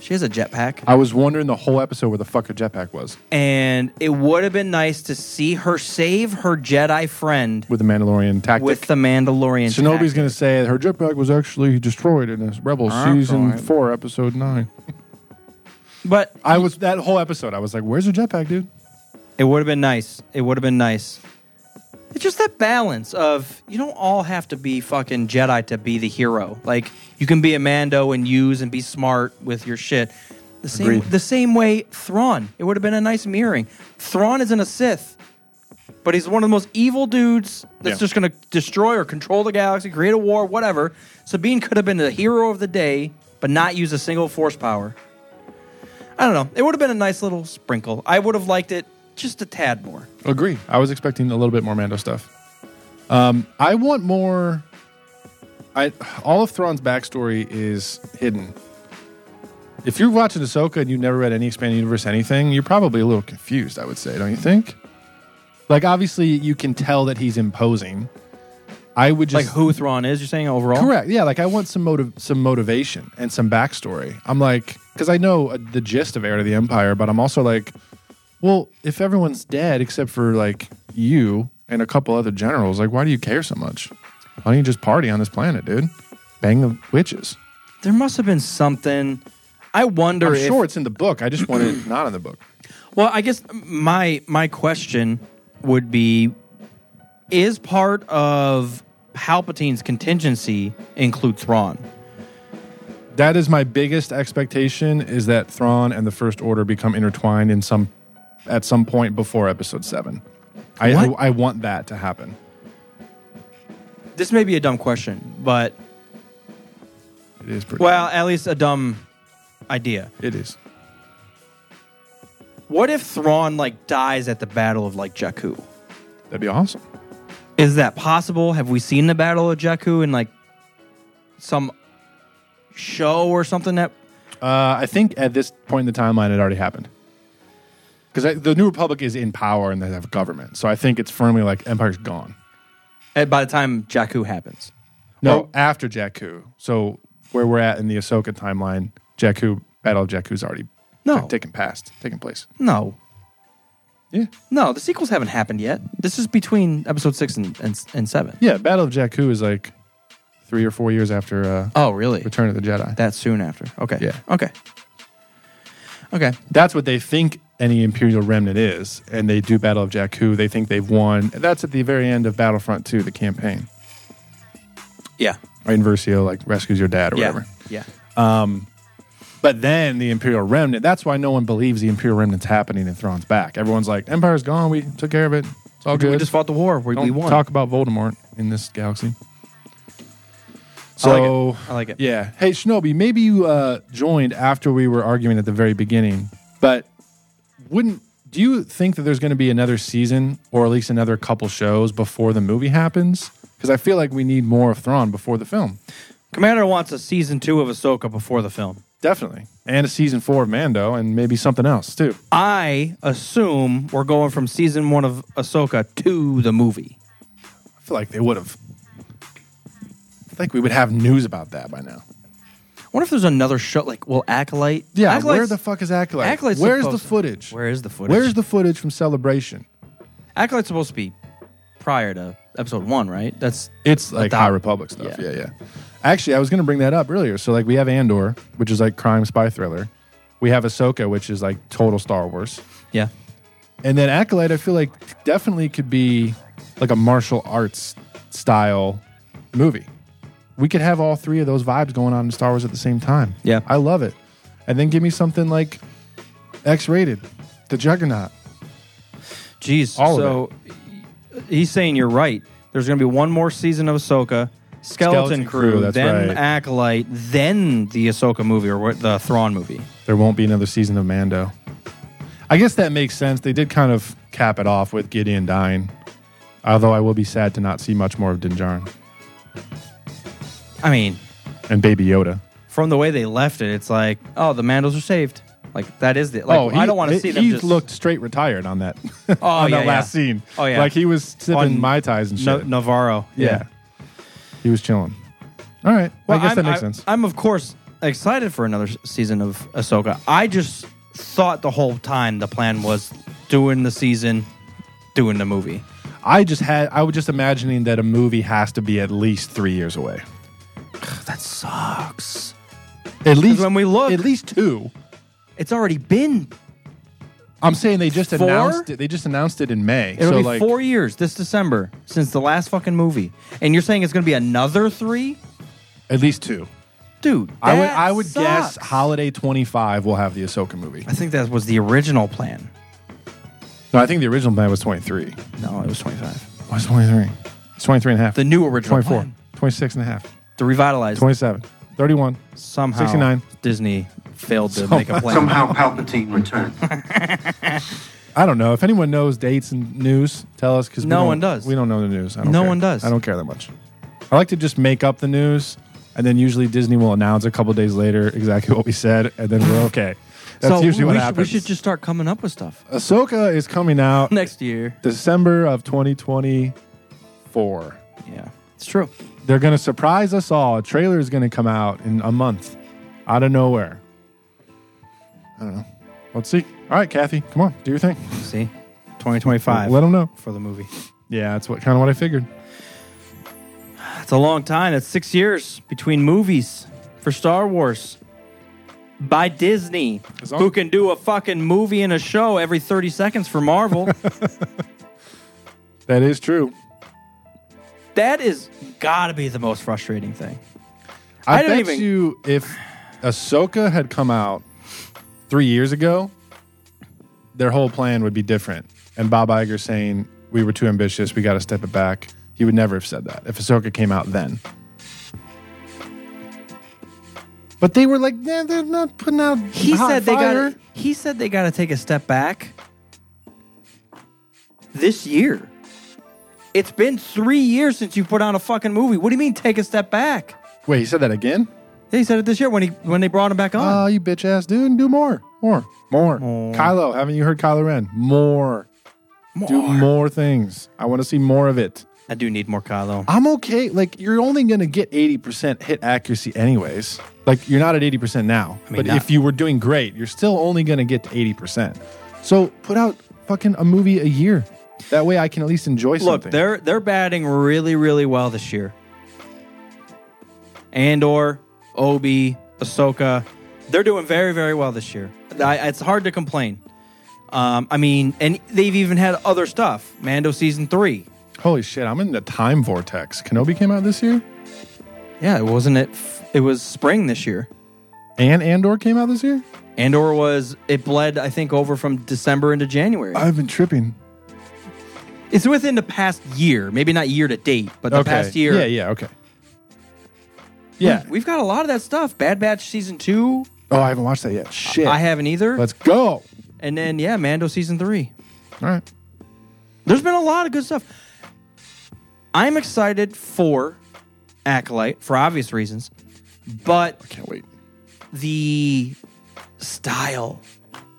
she has a jetpack. I was wondering the whole episode where the fuck her jetpack was And it would have been nice to see her save her Jedi friend with the Mandalorian tactic. with the Mandalorian. Shinobi's tactic. going to say her jetpack was actually destroyed in this Rebel season Alright. four, episode nine. But I was that whole episode. I was like, "Where's her jetpack, dude?" It would have been nice. It would have been nice. It's just that balance of you don't all have to be fucking Jedi to be the hero. Like you can be a Mando and use and be smart with your shit. The same Agreed. the same way Thrawn. It would have been a nice mirroring. Thrawn isn't a Sith, but he's one of the most evil dudes that's Yeah. just gonna destroy or control the galaxy, create a war, whatever. Sabine could have been the hero of the day, but not use a single force power. I don't know. It would have been a nice little sprinkle. I would have liked it just a tad more. Agree. I was expecting a little bit more Mando stuff. Um, I want more. I all of Thrawn's backstory is hidden. If you're watching Ahsoka and you've never read any expanded universe anything, you're probably a little confused. I would say, don't you think? Like, obviously, you can tell that he's imposing. I would Like just who Thrawn is, you're saying overall? Correct. Yeah, like I want some motive, some motivation, and some backstory. I'm like, because I know uh, the gist of Heir to the Empire, but I'm also like, well, if everyone's dead except for like you and a couple other generals, like, why do you care so much? Why don't you just party on this planet, dude? Bang the witches. There must have been something. I wonder I'm if. sure it's in the book. I just want it not in the book. Well, I guess my my question would be: Is part of Palpatine's contingency include Thrawn? That is my biggest expectation: is that Thrawn and the First Order become intertwined in some, at some point before Episode Seven. I, I What? I want that to happen. This may be a dumb question, but It is pretty. well, at least a dumb idea. it is. What if Thrawn like dies at the Battle of like Jakku? That'd be awesome. Uh, Is that possible? Have we seen the Battle of Jakku in like some show or something that Uh, I think at this point in the timeline, it already happened. Because the New Republic is in power and they have government, so I think it's firmly like Empire's gone. Uh, eh, by the time Jakku happens? No, Oh. after Jakku. So where we're at in the Ahsoka timeline, Jakku Battle of Jakku's already No. ta- taken past, taken place. No. Yeah, No, the sequels haven't happened yet. This is between episode six and, and, and seven. yeah. Battle of Jakku is like three or four years after uh, Oh, really? Return of the Jedi. That soon after. Okay. Yeah. Okay. Okay. That's what they think any Imperial remnant is, and they do Battle of Jakku. They think they've won. That's at the very end of Battlefront Two, the campaign. Yeah. Or Inversio like rescues your dad or Yeah. whatever. Yeah. But then the Imperial Remnant, that's why no one believes the Imperial Remnant's happening in Thrawn's back. Everyone's like, Empire's gone. We took care of it. It's all good. We just fought the war. We, Don't we won. talk about Voldemort in this galaxy. So I like it. Yeah. Hey, Shinobi, maybe you uh, joined after we were arguing at the very beginning, but wouldn't do you think that there's going to be another season or at least another couple shows before the movie happens? Because I feel like we need more of Thrawn before the film. Commander wants a season two of Ahsoka before the film. Definitely. And a season four of Mando and maybe something else too. I assume we're going from season one of Ahsoka to the movie. I feel like they would have. I think we would have news about that by now. I wonder if there's another show like will Acolyte. Yeah, Acolyte's- where the fuck is Acolyte? Acolyte's Where's the supposed to- footage? Where is the footage? Where's the footage from Celebration? Acolyte's supposed to be prior to episode one, right? That's It's like doc- High Republic stuff. Yeah. Yeah. yeah, Actually, I was going to bring that up earlier. So like we have Andor, which is like crime spy thriller. We have Ahsoka, which is like total Star Wars. yeah. And then Acolyte, I feel like definitely could be like a martial arts style movie. We could have all three of those vibes going on in Star Wars at the same time. Yeah. I love it. And then give me something like X rated, The Juggernaut. Jeez. All of so he's saying you're right. There's going to be one more season of Ahsoka, Skeleton, Skeleton Crew, Crew, that's then right. Acolyte, then the Ahsoka movie or what, the Thrawn movie. There won't be another season of Mando. I guess that makes sense. They did kind of cap it off with Gideon dying. Although I will be sad to not see much more of Dinjarin I mean, and Baby Yoda. from the way they left it, it's like, oh, the Mandos are saved. Like that is the like. I don't want to Oh, he- see them. He just, looked straight retired on that. Oh, on yeah, that last yeah. scene. Oh, yeah. like he was sipping On mai tais and shit. Na- Navarro. yeah. he was chilling. All right, Well, I guess I'm, that makes I- sense. I'm of course excited for another s- season of Ahsoka. I just thought the whole time the plan was doing the season, doing the movie. I just had I was just imagining that a movie has to be at least three years away. That sucks. At least when we look- at least two. It's already been. I'm saying they just Four? announced it. They just announced it in May. It'll so be like, four years this December since the last fucking movie, and you're saying it's going to be another three, At least two. dude. I would that I would guess sucks. holiday 25 will have the Ahsoka movie. I think that was the original plan. No, I think the original plan was 23. No, it was 25. What's 23? It's 23 and a half. The new original 24, plan. 26 and a half, The revitalized 27, 31. somehow 69. Disney failed to make a plan. Somehow Palpatine returned. I don't know. If anyone knows dates and news, tell us because No one does. We don't know the news. I don't No care. one does. I don't care that much. I like to just make up the news, and then usually Disney will announce a couple days later exactly what we said, and then we're okay. That's so usually we, what should- happens. we should just start coming up with stuff Ahsoka is coming out next year. December of 2024. Yeah, it's true. They're going to surprise us all. A trailer is going to come out in a month out of nowhere. I don't know. Let's see. All right, Kathy, come on. Do your thing. See, 2025 Let them know. for the movie. Yeah, that's what kind of what I figured. That's a long time. That's six years between movies for Star Wars by Disney, As long- who can do a fucking movie and a show every 30 seconds for Marvel. That is true. that is gotta be the most frustrating thing. I, I don't bet even- you if Ahsoka had come out three years ago, their whole plan would be different. And Bob Iger saying we were too ambitious, we got to step it back. He would never have said that if Ahsoka came out then. But they were like, nah, they're not putting out. He hot said they fire." got. He said they got to take a step back. This year, it's been three years since you put out a fucking movie. What do you mean take a step back? Wait, he said that again? He said it this year when he when they brought him back on. Oh, you bitch ass dude, do more, more, more. More. Kylo, haven't you heard Kylo Ren? More. Do more things. I want to see more of it. I do need more Kylo. I'm okay. Like you're only gonna get 80% hit accuracy anyways. Like you're not at 80% now. mean, but not- if you were doing great, you're still only gonna get to 80%. So put out fucking a movie a year. That way I can at least enjoy Look, something. they're they're batting really really well this year. Andor, Obi, Ahsoka, they're doing very very well this year. I, it's hard to complain. Um, I mean, and they've even had other stuff. Mando season three. Holy shit, I'm in the time vortex. Kenobi came out this year? Yeah, it wasn't it. F- it was spring this year. And Andor came out this year? Andor was it bled I think over from December into January. I've been tripping. it's within the past year, maybe not year to date, but the past year. Yeah, yeah, okay. Yeah. We've got a lot of that stuff. Bad Batch season two. Oh, I haven't watched that yet. Shit. I haven't either. Let's go. All and then yeah, Mando season three. right. There's been a lot of good stuff. I'm excited for Acolyte for obvious reasons, but Can't wait. the style,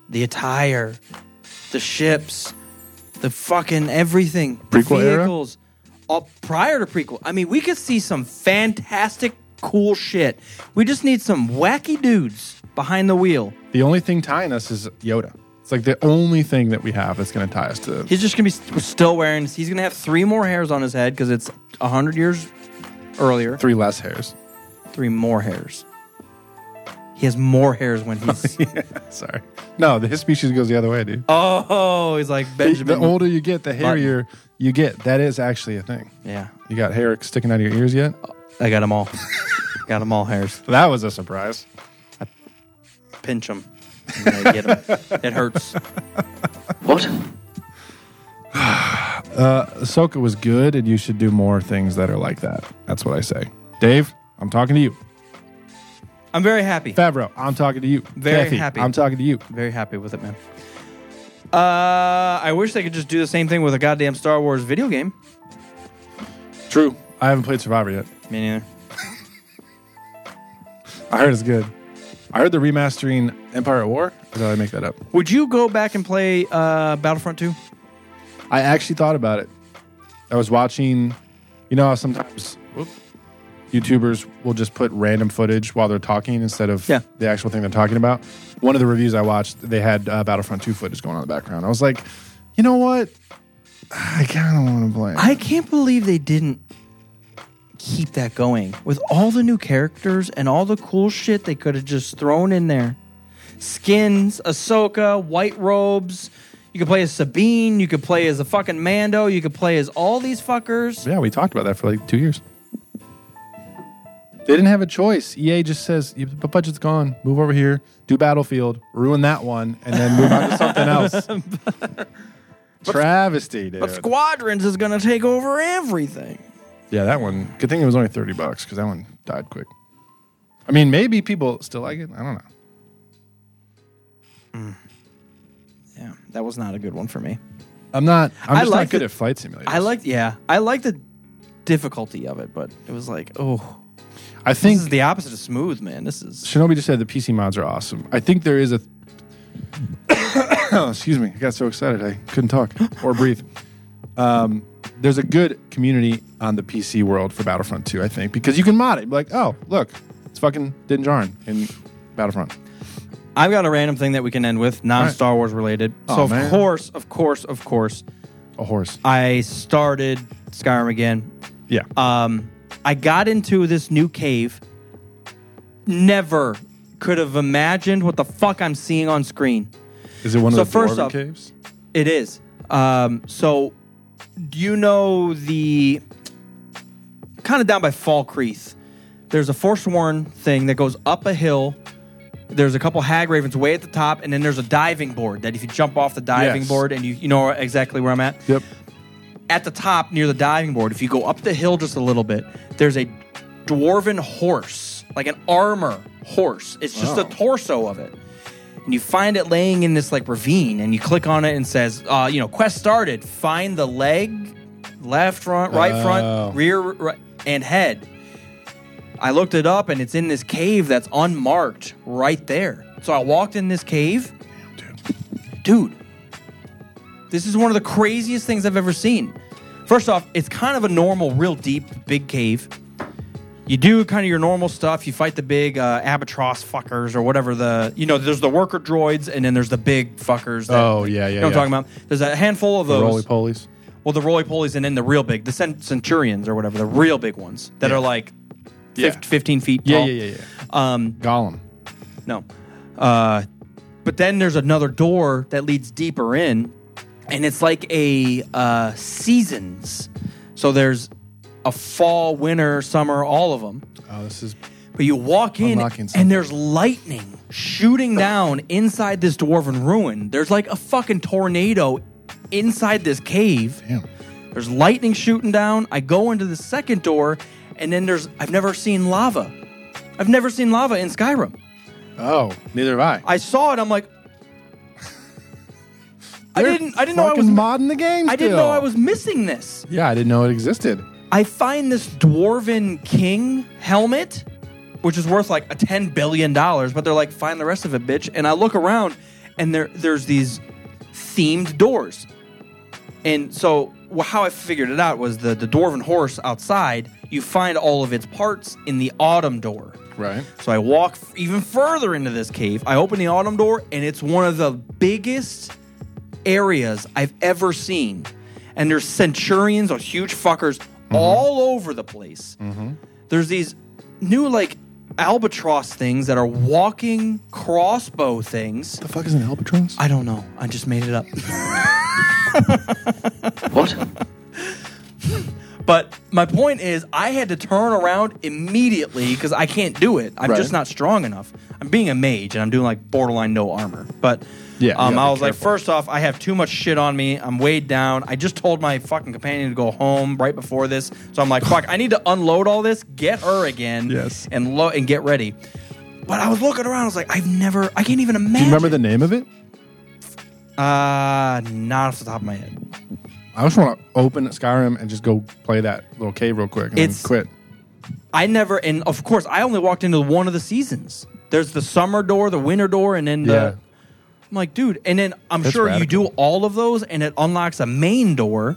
the attire, the ships, the fucking everything, Prequel the era? vehicles, all prior to prequel. I mean, we could see some fantastic, cool shit. We just need some wacky dudes behind the wheel. The only thing tying us is Yoda. It's like the only thing that we have that's going to tie us to. He's just gonna be st- still wearing. He's gonna have three more hairs on his head because it's hundred years earlier. Three less hairs. Three more hairs. He has more hairs when he's. Sorry. No, the his species goes the other way, dude. oh, he's like The, Benjamin. the older you get, the hairier you get. That is actually a thing. yeah, You got hair sticking out of your ears yet? I got them all. got them all hairs. That was a surprise. pinch them. get 'em. It hurts. What? Ahsoka was good, and you should do more things that are like that. That's what I say. Dave, I'm talking to you. I'm very happy. Favreau, I'm talking to you. Very Kathy, happy. I'm talking to you. Very happy with it, man. Uh, I wish they could just do the same thing with a goddamn Star Wars video game. True. I haven't played Survivor yet. Me neither. I heard it's good. I heard they're remastering Empire at War. Or did I make that up? Would you go back and play uh, Battlefront 2? I actually thought about it. I was watching, you know, how sometimes whoop, YouTubers will just put random footage while they're talking instead of Yeah. the actual thing they're talking about. One of the reviews I watched, they had uh, Battlefront 2 footage going on in the background. I was like, you know what? I kind of want to play. I can't believe they didn't keep that going with all the new characters and all the cool shit they could have just thrown in there. Skins, Ahsoka, white robes. You could play as Sabine. You could play as a fucking Mando. You could play as all these fuckers. yeah, we talked about that for like two years. They didn't have a choice. EA just says, "The budget's gone. Move over here, do Battlefield, ruin that one, and then move on to something else." Travesty, dude. But Squadrons is going to take over everything. Yeah, that one. Good thing it was only thirty bucks because that one died quick. I mean, maybe people still like it. I don't know. Yeah, that was not a good one for me. I'm not. I'm I just like not good the- at flight simulators. I liked, yeah, I liked the difficulty of it, but it was like, oh, I this is think the opposite of smooth, man. This is Shinobi just said the PC mods are awesome. I think there is a. excuse me. I got so excited I couldn't talk or breathe. Um, there's a good community on the PC world for Battlefront 2, I think, because you can mod it. Like, oh, look, it's fucking Din Djarin in Battlefront. I've got a random thing that we can end with, non Star Wars related. so Oh, of man. course, of course, of course, A horse. I started Skyrim again. Yeah. Um, I got into this new cave. Never could have imagined what the fuck I'm seeing on screen. is it one so of the first dwarven off- caves? It is. Um, so, do you know the kind of down by Fall Creek? There's a Forsworn thing that goes up a hill. There's a couple hag ravens way at the top, and then there's a diving board that if you jump off the diving Yes. board and you you know exactly where I'm at. Yep. At the top near the diving board, if you go up the hill just a little bit, there's a dwarven horse, like an armor horse. It's just the torso of it. And you find it laying in this like ravine, and you click on it and says, uh, you know, quest started. Find the leg, left front, right Oh. front, rear, right, and head. I looked it up, and it's in this cave that's unmarked right there. So I walked in this cave. Dude, this is one of the craziest things I've ever seen. First off, it's kind of a normal, real deep, big cave. You do kind of your normal stuff. You fight the big uh, albatross fuckers or whatever the you know. There's the worker droids, and then there's the big fuckers. That, Oh, yeah, yeah, You know what yeah. I'm talking about? There's a handful of The those. roly polies. well, the roly polies, and then the real big, the cent- centurions or whatever, the real big ones that Yeah. are like Yeah. 15, 15 feet Yeah, tall. yeah, yeah, yeah. Um, Gollum. no. Uh, but then there's another door that leads deeper in, and it's like a uh, seasons. So there's a fall, winter, summer, all of them. Oh, this is But you walk in, Unlocking something. and there's lightning shooting down inside this dwarven ruin. There's like a fucking tornado inside this cave. damn. There's lightning shooting down. I go into the second door, and then there's I've never seen lava. I've never seen lava in Skyrim. Oh, neither have I. I saw it. I'm like, I didn't. I didn't know I was. Fucking modding the game. I didn't still. know I was missing this. Yeah, I didn't know it existed. I find this dwarven king helmet, which is worth like a ten billion dollars, but they're like, find the rest of it, bitch. And I look around, and there there's these themed doors. And so wh- how I figured it out was the the dwarven horse outside. You find all of its parts in the autumn door. Right. So I walk f- even further into this cave. I open the autumn door, and it's one of the biggest areas I've ever seen. And there's centurions or huge fuckers all over the place. There's these new, like, albatross things that are walking crossbow things. The fuck is an albatross? I don't know. I just made it up. What? But my point is, I had to turn around immediately because I can't do it. I'm Right. just not strong enough. I'm being a mage and I'm doing like borderline no armor. But Yeah, you um, gotta I be was like, careful. first off, I have too much shit on me. I'm weighed down. I just told my fucking companion to go home right before this, so I'm like, fuck, I need to unload all this, get her again, Yes. and lo- and get ready. But I was looking around. I was like, I've never, I can't even imagine. Do you remember the name of it? Uh, not off the top of my head. I just want to open Skyrim and just go play that little cave real quick and then It's- quit. I never, and of course, I only walked into one of the seasons. There's the summer door, the winter door, and then the. Yeah. I'm like, dude, and then I'm That's sure you do radical. all of those, and it unlocks a main door,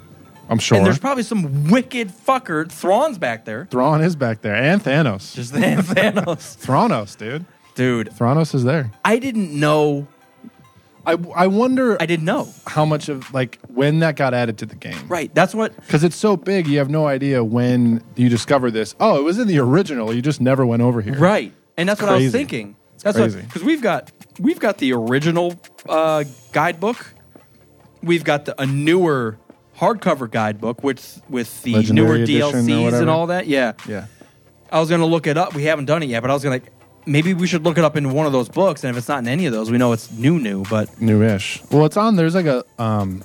I'm sure. and there's probably some wicked fucker Thrawn's back there. Thrawn is back there and Thanos. Just then Thanos, Thronos, dude. dude. Thronos is there. I didn't know. I, I wonder I didn't know. how much of like when that got added to the game. Right. That's what. Because it's so big, you have no idea when you discover this. Oh, it was in the original. You just never went over here. Right. And that's what I was crazy. thinking. That's what crazy. because we've got we've got the original uh, guidebook. We've got the, a newer hardcover guidebook with with the Legendary newer edition or DLCs and whatever. all that. Yeah. Yeah. I was gonna look it up. We haven't done it yet, but I was gonna like maybe we should look it up in one of those books. And if it's not in any of those, we know it's new, new. But Newish. Well, it's on. There's like a um,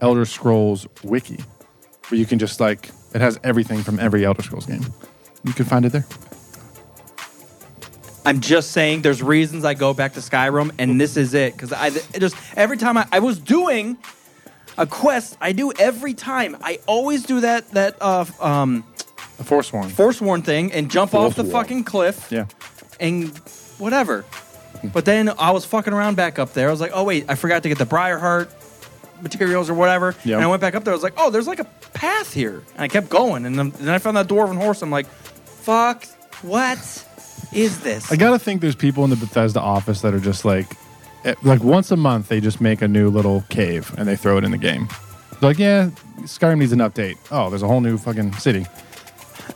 Elder Scrolls wiki where you can just like it has everything from every Elder Scrolls game. You can find it there. I'm just saying, there's reasons I go back to Skyrim, and this is it. Because I it just every time I, I was doing a quest, I do every time. I always do that that uh, um, The Force one. Forsworn thing and jump off the Forsworn. fucking cliff yeah. and whatever. But then I was fucking around back up there. I was like, oh wait, I forgot to get the Briarheart materials or whatever. Yeah. And I went back up there. I was like, oh, there's like a path here. And I kept going. And then, then I found that dwarven horse. I'm like, fuck, what is this? I gotta think there's people in the Bethesda office that are just like, eh, like once a month they just make a new little cave and they throw it in the game. They're like, yeah, Skyrim needs an update. Oh, there's a whole new fucking city.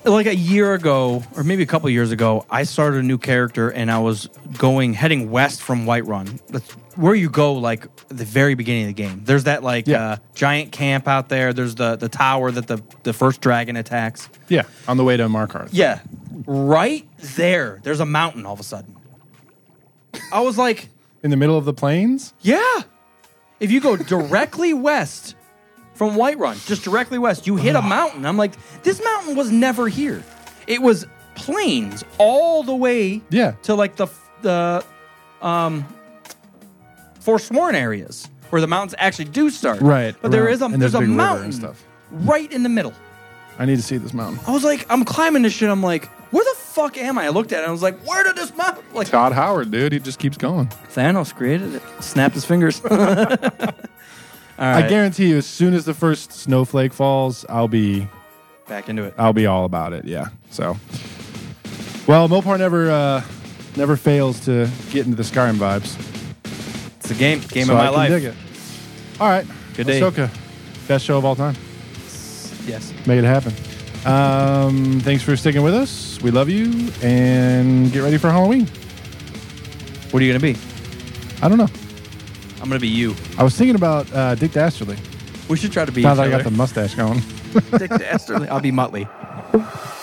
like a year ago or maybe a couple years ago i started a new character and i was going heading west from whiterun that's where you go like at the very beginning of the game there's that like Yeah. uh, giant camp out there there's the the tower that the the first dragon attacks Yeah, on the way to Markarth. yeah right there there's a mountain all of a sudden i was like in the middle of the plains. yeah if you go directly west from Uh-huh. Whiterun, just directly west, you hit a mountain. I'm like, this mountain was never here. It was planes all the way Yeah. to like the the um forsworn areas where the mountains actually do start. Right, But there around- is a and there's, a there's a big river and mountain stuff. right in the middle. I need to see this mountain. I was like, I'm climbing this shit. I'm like, where the fuck am I? I looked at it. and I was like, where did this mountain? Like Todd Howard, dude, he just keeps going. Thanos created it. Snapped his fingers. I guarantee you, as soon as the first snowflake falls, I'll be Back into it. I'll be all about it. Yeah. So, well, Mopar never uh, never fails to get into the Skyrim vibes. It's a game. Game so of my I can life. dig it. All right. Good day. Ahsoka, best show of all time. Yes. Make it happen. Um, thanks for sticking with us. We love you, and get ready for Halloween. What are you gonna be? I don't know. I'm gonna be you. I was thinking about uh, Dick Dastardly. We should try to be. Now each that I got other. the mustache going. Dick Dastardly. I'll be Muttley.